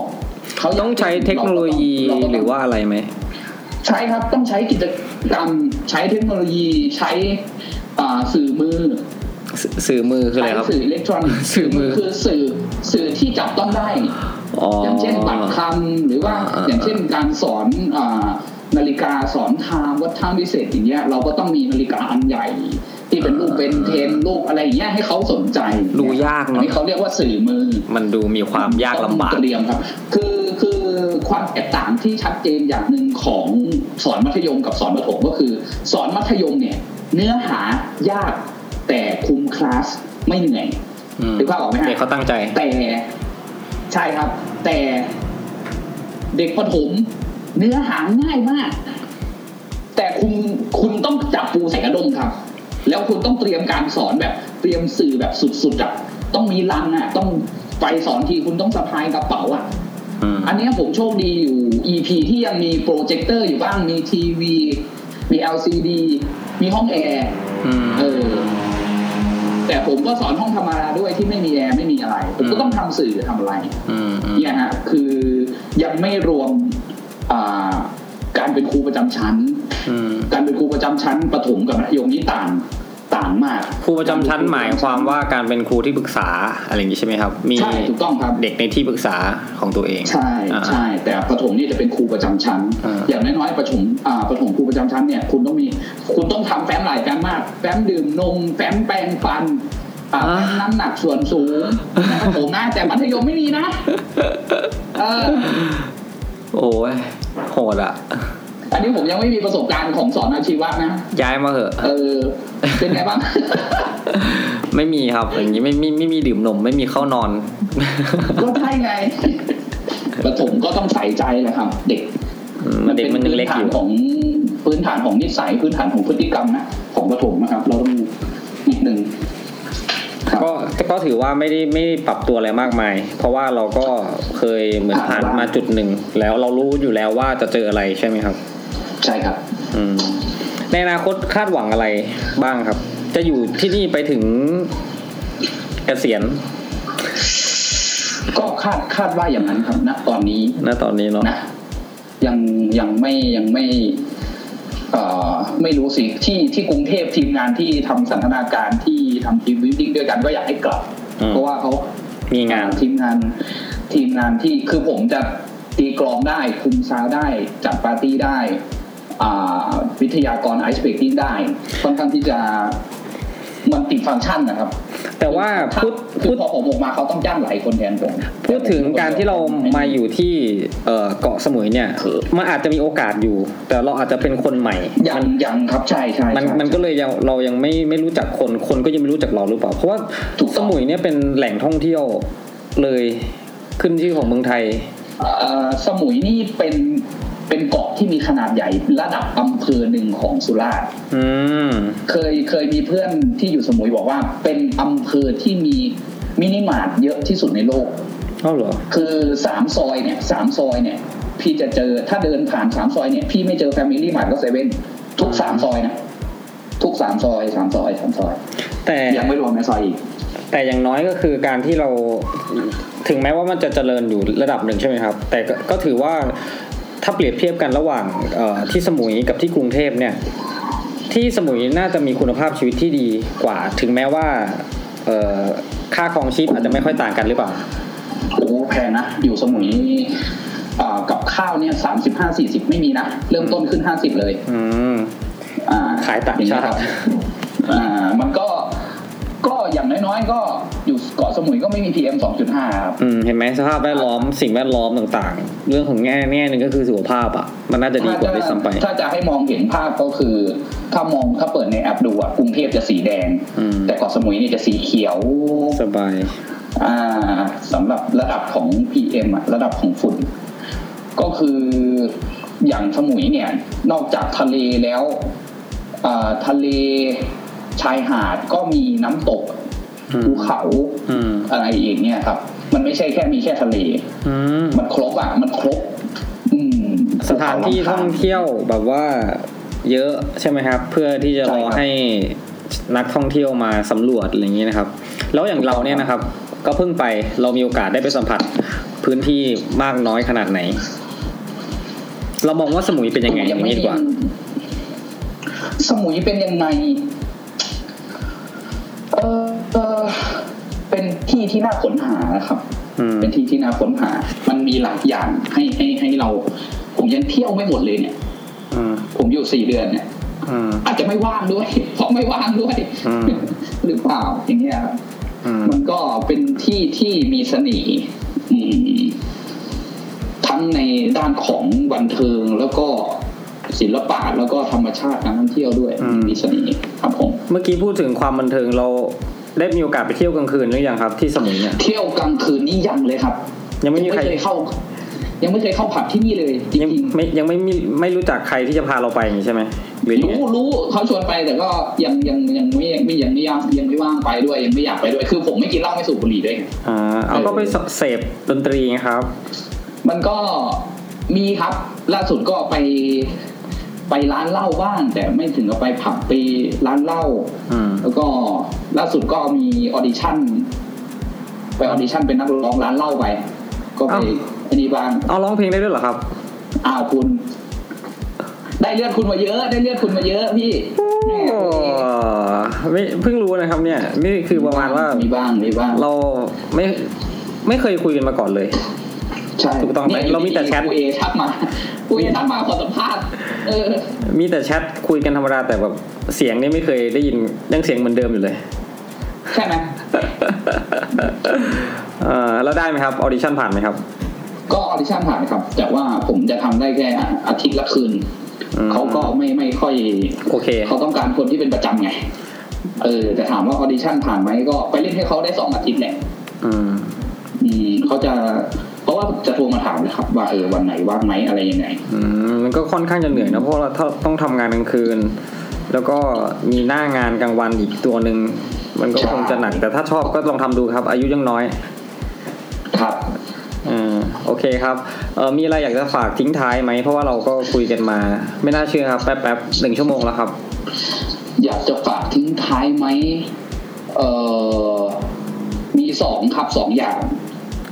Speaker 2: เขายาก
Speaker 1: ต้องใช้เทคโนโลยี
Speaker 2: เาก็ต้ง
Speaker 1: หรือว่าอะไรไหม
Speaker 2: ใช้ครับต้องใช้กิจกรรมใช้เทคโนโลยีใช้อ่าสื่อมือ
Speaker 1: สสื่อมือคืออะไรครับ
Speaker 2: ใช้สื่ออิเล็กทรอนิกส์
Speaker 1: สื่อมือ
Speaker 2: คือสื่อสื่อที่จับต้องได้
Speaker 1: อ๋อ
Speaker 2: อย่างเช่นบัตรคำหรือว่า
Speaker 1: อ่า
Speaker 2: อย่างเช่นการสอนอ่านาฬิกาสอนไทม์วัดไทม์พิเศษอย่างเงี้ยเราก็ต้องมีนาฬิกาอันใหญ่ ที่เป็นรูปเป็นเทรนรูปอะไรอย่างเงี้ยให้เขาสนใจ
Speaker 1: ดูยาก
Speaker 2: อัน
Speaker 1: เนาะ
Speaker 2: นี้เขาเรียกว่าสื่อมือ
Speaker 1: มันดูมีความยากลำบาก
Speaker 2: ต้องเตรียมครับ คือคือความแตกต่างที่ชัดเจนอย่างหนึ่งของสอนมัธยมกับสอนประถมก็คือ สอนมัธยมเนี่ย เนื้อหายากแต่คุ้มคลาสไม่เหนื่อย
Speaker 1: อืม
Speaker 2: นึกภาพออกไหมฮะ
Speaker 1: เด็กเขาตั้งใจ
Speaker 2: แต่ใช่ครับ แต่เด็กประถมเนื้อหาง่ายมาก แต่คุณคุณต้องจับปูใส่กระด้งครับ แล้วคุณต้องเตรียมการสอนแบบเตรียมสื่อแบบสุดๆอะต้องมีรังอะต้องไปสอนทีคุณต้องสะพายกระเป๋าอะ
Speaker 1: อืม
Speaker 2: อันเนี้ยผมโชคดีอยู่ EP ที่ยังมีโปรเจคเตอร์อยู่บ้าง มีทีวี มี LCD มีห้องแอร์
Speaker 1: อืม
Speaker 2: เออ แต่ผมก็สอนห้องธรรมดาด้วยที่ไม่มีแอร์ไม่มีอะไร ผมก็ต้องทำสื่อทำอะไร
Speaker 1: อืมอืม
Speaker 2: เนี่ยฮะ คือยังไม่รวมอ่าการเป็นครูประจำชั้น
Speaker 1: อืม
Speaker 2: การเป็นครูประจำชั้นประถมกับมัธยมนี่ต่างต่างมาก
Speaker 1: ครูประจำชั้นหมายความว่าการเป็นครูที่ปรึกษาอะไรอย่างนี้ใช่ไหมครับ มี
Speaker 2: ใช่ถูกต้องครับ
Speaker 1: เด็กในที่ปรึกษาของตัวเอง
Speaker 2: ใช่
Speaker 1: อ่า
Speaker 2: ใช่แต่ประถมนี่จะเป็นครูประจำชั้น
Speaker 1: อ่า
Speaker 2: อย่างน้อยๆประถมอ่าประถมครูประจำชั้นเนี่ยคุณต้องมีคุณต้องทำแฟ้มหลายแฟ้มมาก แฟ้มดื่มนมแฟ้มแปรงฟันอ่าแฟ้มน้ำหนักส่วนสูงแต่ประถมนะแต่มัธยมไม่มีนะเออ
Speaker 1: โอ้ยโหดอะ
Speaker 2: อันนี้ผมยังไม่มีประสบการณ์ของสอนอาชีวะนะ
Speaker 1: ย้ายมาเหอะ
Speaker 2: เออเป็นไง บ้าง
Speaker 1: ไม่มีครับ อย่างนี้ไม่ไม่ไม่มีดื่มนม ไม่มีเข้านอน
Speaker 2: ก็ใช่ไงประถมก็ต้องใส่ใจแหละครับ เด็ก
Speaker 1: อืมมันเด็กมันยังเล็กอยู่
Speaker 2: ของพื้นฐานของนิสัยพื้นฐานของพฤติกรรมนะของประถมนะครับ เราต้องนิดหนึ่งครับ
Speaker 1: ก็ก็ถือว่าไม่ได้ไม่ได้ปรับตัวอะไรมากมาย เพราะว่าเราก็เคยเหมือนผ่านมาจุดหนึ่ง แล้วเรารู้อยู่แล้วว่าจะเจออะไรใช่ไหมครับ
Speaker 2: ใช่ครับ
Speaker 1: อืมในอนาคตคาดหวังอะไรบ้างครับ จะอยู่ที่นี่ไปถึงเกษียณ
Speaker 2: ก็คาดคาดว่าอย่างนั้นครับณตอนนี้
Speaker 1: นะตอนนี้เนาะ
Speaker 2: นะยังยังไม่ยังไม่เอ่อไม่รู้สิที่ที่กรุงเทพทีมงานที่ทำสันทนาการที่ทำทีมวิ่งด้วยกันก็อยากให้กลับ
Speaker 1: อืม
Speaker 2: เพราะว่าเขา
Speaker 1: มีงาน
Speaker 2: ทีมงานทีมงานที่คือผมจะตีกลองได้ คุมซาวด์ได้ จัดปาร์ตี้ได้ อ่า วิทยากรไอซ์เบรกติ้งได้ ค่อนข้างที่จะ มันติดฟังก์ชันนะครับ
Speaker 1: แต่ว่าพูด
Speaker 2: คื
Speaker 1: พู
Speaker 2: อ
Speaker 1: ด
Speaker 2: พอผมออกมาเขาต้องจ้างหลายคนแทนผม
Speaker 1: พูดถึงการที่เรามาอยู่ที่เอ่อเกาะสมุยเนี่ยมันอาจจะมีโอกาสอยู่ แต่เราอาจจะเป็นคนใหม่
Speaker 2: ยังยังครับใช่ใช่
Speaker 1: มัน
Speaker 2: ใช่
Speaker 1: มันก็เลยยังเรายังไม่ไม่รู้จักคนคนก็ยังไม่รู้จักเราหรือเปล่า เพราะว่า
Speaker 2: ถูกต้อง
Speaker 1: สมุยเนี่ยเป็นแหล่งท่องเที่ยวเลยขึ้นชื่อของเมืองไทย
Speaker 2: เอ่อสมุยนี่เป็นเป็นเกาะที่มีขนาดใหญ่ระดับอำเภอหนึ่งของสุราษฎร์
Speaker 1: อืม
Speaker 2: เคยเคยมีเพื่อนที่อยู่สมุยบอกว่า เป็นอำเภอที่มีมินิมาร์ทเยอะที่สุดในโลก
Speaker 1: เอ้าเหรอ
Speaker 2: คือสามซอยเนี่ยสามซอยเนี่ย พี่จะเจอถ้าเดินผ่านสามซอยเนี่ยพี่ไม่เจอแฟมิลี่มาร์ทก็เซเว่นทุกสามซอยนะทุกสามซอยสามซอยสามซอย
Speaker 1: แต่
Speaker 2: ยังไม่รวมในซอยอีก
Speaker 1: แต่อย่างน้อยก็คือการที่เราถึงแม้ว่ามันจะเจริญอยู่ระดับหนึ่งใช่ไหมครับ แต่ก็ก็ถือว่าถ้าเปรียบเทียบกันระหว่างเอ่อที่สมุยกับที่กรุงเทพเนี่ย ที่สมุยน่าจะมีคุณภาพชีวิตที่ดีกว่า ถึงแม้ว่าเอ่อค่าครองชีพอาจจะไม่ค่อยต่างกันหรือเปล่า
Speaker 2: โอ้โหแพงนะอยู่สมุยนี่อ่ากับข้าวเนี่ยสามสิบห้าสี่สิบไม่มีนะเริ่มต้นขึ้นห้าสิบเลย
Speaker 1: อืม
Speaker 2: อ่
Speaker 1: ขายต่างชาติ
Speaker 2: อย่งเงี้ยครับอ่า มันก็ ก็อย่างน้อยๆ ก็อยู่เกาะสมุยก็ไม่มี PM 2.5 ครับ
Speaker 1: อืมเห็นไหมสภาพแวดล้อมสิ่งแวดล้อมต่างๆ เรื่องของแง่แง่หนึ่งก็คือสุขภาพอ่ะ มันน่าจะดีกว่าด้วยซ้ำไป
Speaker 2: ถ้าจะให้มองเห็นภาพก็คือ ถ้ามองถ้าเปิดในแอปดูอะกรุงเทพจะสีแดง
Speaker 1: อืม
Speaker 2: แต่เกาะสมุยเนี่ยจะสีเขียว
Speaker 1: สบาย
Speaker 2: อ่าสำหรับระดับของ PM อะระดับของฝุ่น ก็คืออย่างสมุยเนี่ย นอกจากทะเลแล้วอ่าทะเลชายหาดก็มีน้ำตก
Speaker 1: อืม
Speaker 2: ภูเขา
Speaker 1: อืม
Speaker 2: อะไรอีกเนี่ยครับ มันไม่ใช่แค่มีแค่ทะเล
Speaker 1: อืม
Speaker 2: มันครบอ่ะ มันครบ อืม
Speaker 1: สถานที่ท่องเที่ยวแบบว่า เยอะใช่ไหมครับ เพื่อที่จะรอให้นักท่องเที่ยวมาสำรวจอะไรอย่างนี้นะครับ แล้วอย่างเราเนี่ยนะครับ ก็เพิ่งไปเรามีโอกาสได้ไปสัมผัสพื้นที่มากน้อยขนาดไหน เรามองว่าสมุยเป็นยังไงอย่างนี้ดีกว่า
Speaker 2: สมุยเป็นยังไง เออเออเป็นที่ที่น่าค้นหานะครับ
Speaker 1: อืม
Speaker 2: เป็นที่ที่น่าค้นหา มันมีหลายอย่างให้ให้ให้เรา ผมยังเที่ยวไม่หมดเลยเนี่ย
Speaker 1: อืม
Speaker 2: ผมอยู่สี่เดือนเนี่ย
Speaker 1: อืม
Speaker 2: อาจจะไม่ว่างด้วย เพราะไม่ว่างด้วย
Speaker 1: อืม
Speaker 2: หรือเปล่าอย่างเงี้ยครับ
Speaker 1: อืม
Speaker 2: มันก็เป็นที่ที่มีเสน่ห์อืมทั้งในด้านของบันเทิงแล้วก็ศิลปะแล้วก็ธรรมชาติการท่องเที่ยวด้วย
Speaker 1: อืม
Speaker 2: มีเสน่ห์ครับผม
Speaker 1: เมื่อกี้พูดถึงความบันเทิงเราได้มีโอกาสไปเที่ยวกลางคืนหรือยังครับที่สมุยเนี่ย
Speaker 2: เที่ยวกลางคืนนี่ยังเลยครับ
Speaker 1: ยังไม่มีใคร
Speaker 2: เคยเข้า ยังไม่เคยเข้าผับที่นี่เลยจริ
Speaker 1: ยัง
Speaker 2: ง
Speaker 1: ไม่ยังไม่มีไม่รู้จักใครที่จะพาเราไปอย่างนี้ใช่ไหมหรือ
Speaker 2: ๆ
Speaker 1: ยังไง
Speaker 2: รู้รู้เขาชวนไปแต่ก็ยังยังยังไม่ไม่ยังไม่ยังยังไม่ว่างไปด้วยยังไม่อยากไปด้วยคือผมไม่กินเหล้าไม่สูบบุหรี่ด้วยไง
Speaker 1: อ่าเอาก็ไปเสพดนตรีไงครับ
Speaker 2: มันก็มีครับล่าสุดก็ไปไปร้านเหล้าบ้าง แต่ไม่ถึงกับไปผับไปร้านเหล้า
Speaker 1: อืม
Speaker 2: แล้วก็ล่าสุดก็มีออดิชั่น ไปออดิชั่นเป็นนักร้องร้านเหล้าไป ก็ไป
Speaker 1: อ้าว
Speaker 2: อันนี้บ้าง
Speaker 1: เอาร้องเพลงได้ด้วยเหรอครับ
Speaker 2: อ้าวคุณ ได้เลือดคุณมาเยอะ ได้เลือดคุณมาเยอะพี่แหม่
Speaker 1: โอ้ไม่เพิ่งรู้นะครับเนี่ย นี่คือประมาณว่า
Speaker 2: มีบ้างมีบ้าง
Speaker 1: เราไม่ไม่เคยคุยกันมาก่อนเลย
Speaker 2: ใช่
Speaker 1: ถูกต้องไหม
Speaker 2: นี่ยยู่
Speaker 1: เรามีแต่แชท
Speaker 2: กูเอทักมากูเอทักมาขอสัมภาษณ์เออ
Speaker 1: มีแต่แชทคุยกันธรรมดาแต่แบบเสียงนี่ไม่เคยได้ยินยังเสียงเหมือนเดิมอยู่เลย
Speaker 2: ใช่ไหม
Speaker 1: เออแล้วได้ไหมครับออดิชั่นผ่านไหมครับ
Speaker 2: ก็ออดิชั่นผ่านครับ แต่ว่าผมจะทำได้แค่อาทิตย์ละคืน
Speaker 1: อืม
Speaker 2: เขาก็ไม่ไม่ค่อย
Speaker 1: โอเค
Speaker 2: เขาต้องการคนที่เป็นประจำไง เออแต่ถามว่าออดิชั่นผ่านไหมก็ไปเล่นให้เขาได้สองอาทิตย์แหละ
Speaker 1: อืม
Speaker 2: อืมเขาจะเพราะว่าจะโทรมาถามนะครับ ว่าเออวันไหนว่างไหมอะไรยังไง
Speaker 1: อืมมันก็ค่อนข้างจะเหนื่อยนะเพราะเราถ้าต้องทำงานกลางคืน แล้วก็มีหน้างานกลางวันอีกตัวหนึ่งมันก็
Speaker 2: ใช่
Speaker 1: คงจะหนักแต่ถ้าชอบก็ลองทำดูครับ อายุยังน้อย
Speaker 2: ครับ
Speaker 1: อืมโอเคครับเออมีอะไรอยากจะฝากทิ้งท้ายไหมเพราะว่าเราก็คุยกันมา ไม่น่าเชื่อครับแป๊บแป๊บๆหนึ่งชั่วโมงแล้วครับ
Speaker 2: อยากจะฝากทิ้งท้ายไหมเออมีสองครับสองอย่าง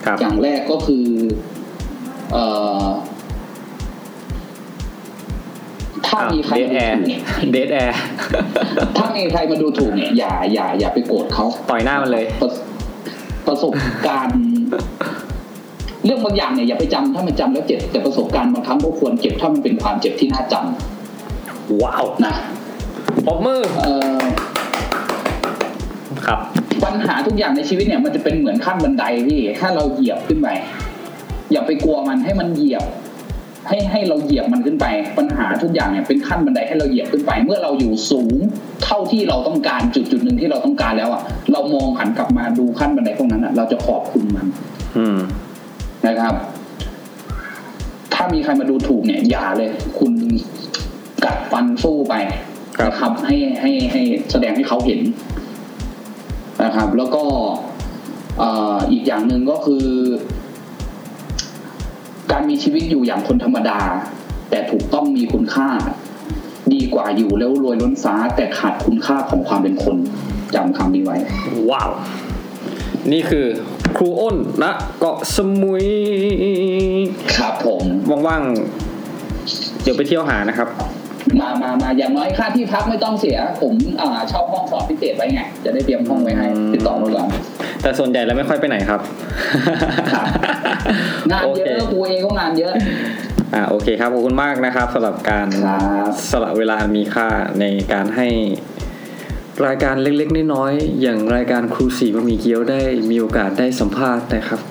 Speaker 1: ครับ
Speaker 2: อย่างแรกก็คือ เอ่อถ้ามีใคร
Speaker 1: เดท
Speaker 2: ดู
Speaker 1: แอร์
Speaker 2: ถูกเนี่ย
Speaker 1: เดทแอร์
Speaker 2: ถ้ามีใครมาดูถูกเนี่ยอย่าอย่าอย่าไปโกรธเขา
Speaker 1: ต่อยหน้ามันเลย
Speaker 2: ประประสบการณ์ เรื่องบางอย่างเนี่ยอย่าไปจำถ้ามันจำแล้วเจ็บแต่ประสบการณ์บางครั้งก็ควรเก็บถ้ามันเป็นความเจ็บที่น่าจำ
Speaker 1: ว้าว
Speaker 2: นะ
Speaker 1: ปรบมือ
Speaker 2: เอ่อ
Speaker 1: ครับ
Speaker 2: ปัญหาทุกอย่างในชีวิตเนี่ยมันจะเป็นเหมือนขั้นบันไดพี่ถ้าเราเหยียบขึ้นไปอย่าไปกลัวมันให้มันเหยียบ ให้ให้เราเหยียบมันขึ้นไป ปัญหาทุกอย่างเนี่ยเป็นขั้นบันไดให้เราเหยียบขึ้นไป เมื่อเราอยู่สูง เท่าที่เราต้องการจุดจุดหนึ่งที่เราต้องการแล้วอ่ะเรามองหันกลับมาดูขั้นบันไดพวกนั้นอ่ะเราจะขอบคุณมัน
Speaker 1: อืม
Speaker 2: นะครับ ถ้ามีใครมาดูถูกเนี่ย อย่าเลย คุณกัดฟันสู้ไป
Speaker 1: ครับ
Speaker 2: นะครับให้ให้ให้แสดงให้เขาเห็น นะครับ แล้วก็เอ่ออีกอย่างหนึ่งก็คือ การมีชีวิตอยู่อย่างคนธรรมดา แต่ถูกต้องมีคุณค่า ดีกว่าอยู่แล้วรวยล้นฟ้า แต่ขาดคุณค่าของความเป็นคนจำคำนี้ไว้
Speaker 1: ว้าว นี่คือครูอ้นนะเกาะสมุย
Speaker 2: ครับผม
Speaker 1: ว่างๆ เดี๋ยวไปเที่ยวหานะครับ
Speaker 2: มามามาอย่างน้อยค่าที่พักไม่ต้องเสีย ผมอ่าเช่าห้องสอบพิเศษไว้ไง จะได้เตรียมห้องไว้ให้ติดต่อมาก่อน
Speaker 1: แต่ส่วนใหญ่แล้วไม่ค่อยไปไหนครับ
Speaker 2: ครับ งาน
Speaker 1: โอ
Speaker 2: เย
Speaker 1: เค
Speaker 2: อะกูเองก็งานเยอะ
Speaker 1: อ่าโอเคครับ ขอบคุณมากนะครับสำหรับการ
Speaker 2: ครับ
Speaker 1: สละเวลาอันมีค่าในการให้รายการเล็กๆน้อยๆอย่างรายการครูสีบะหมี่เกี๊ยวได้มีโอกาสได้สัมภาษณ์นะครับ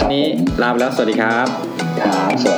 Speaker 2: ค
Speaker 1: วั
Speaker 2: รับ
Speaker 1: นนี้
Speaker 2: ผม
Speaker 1: ลาไปแล้วสวัสดีครับ
Speaker 2: ครับสวัสดี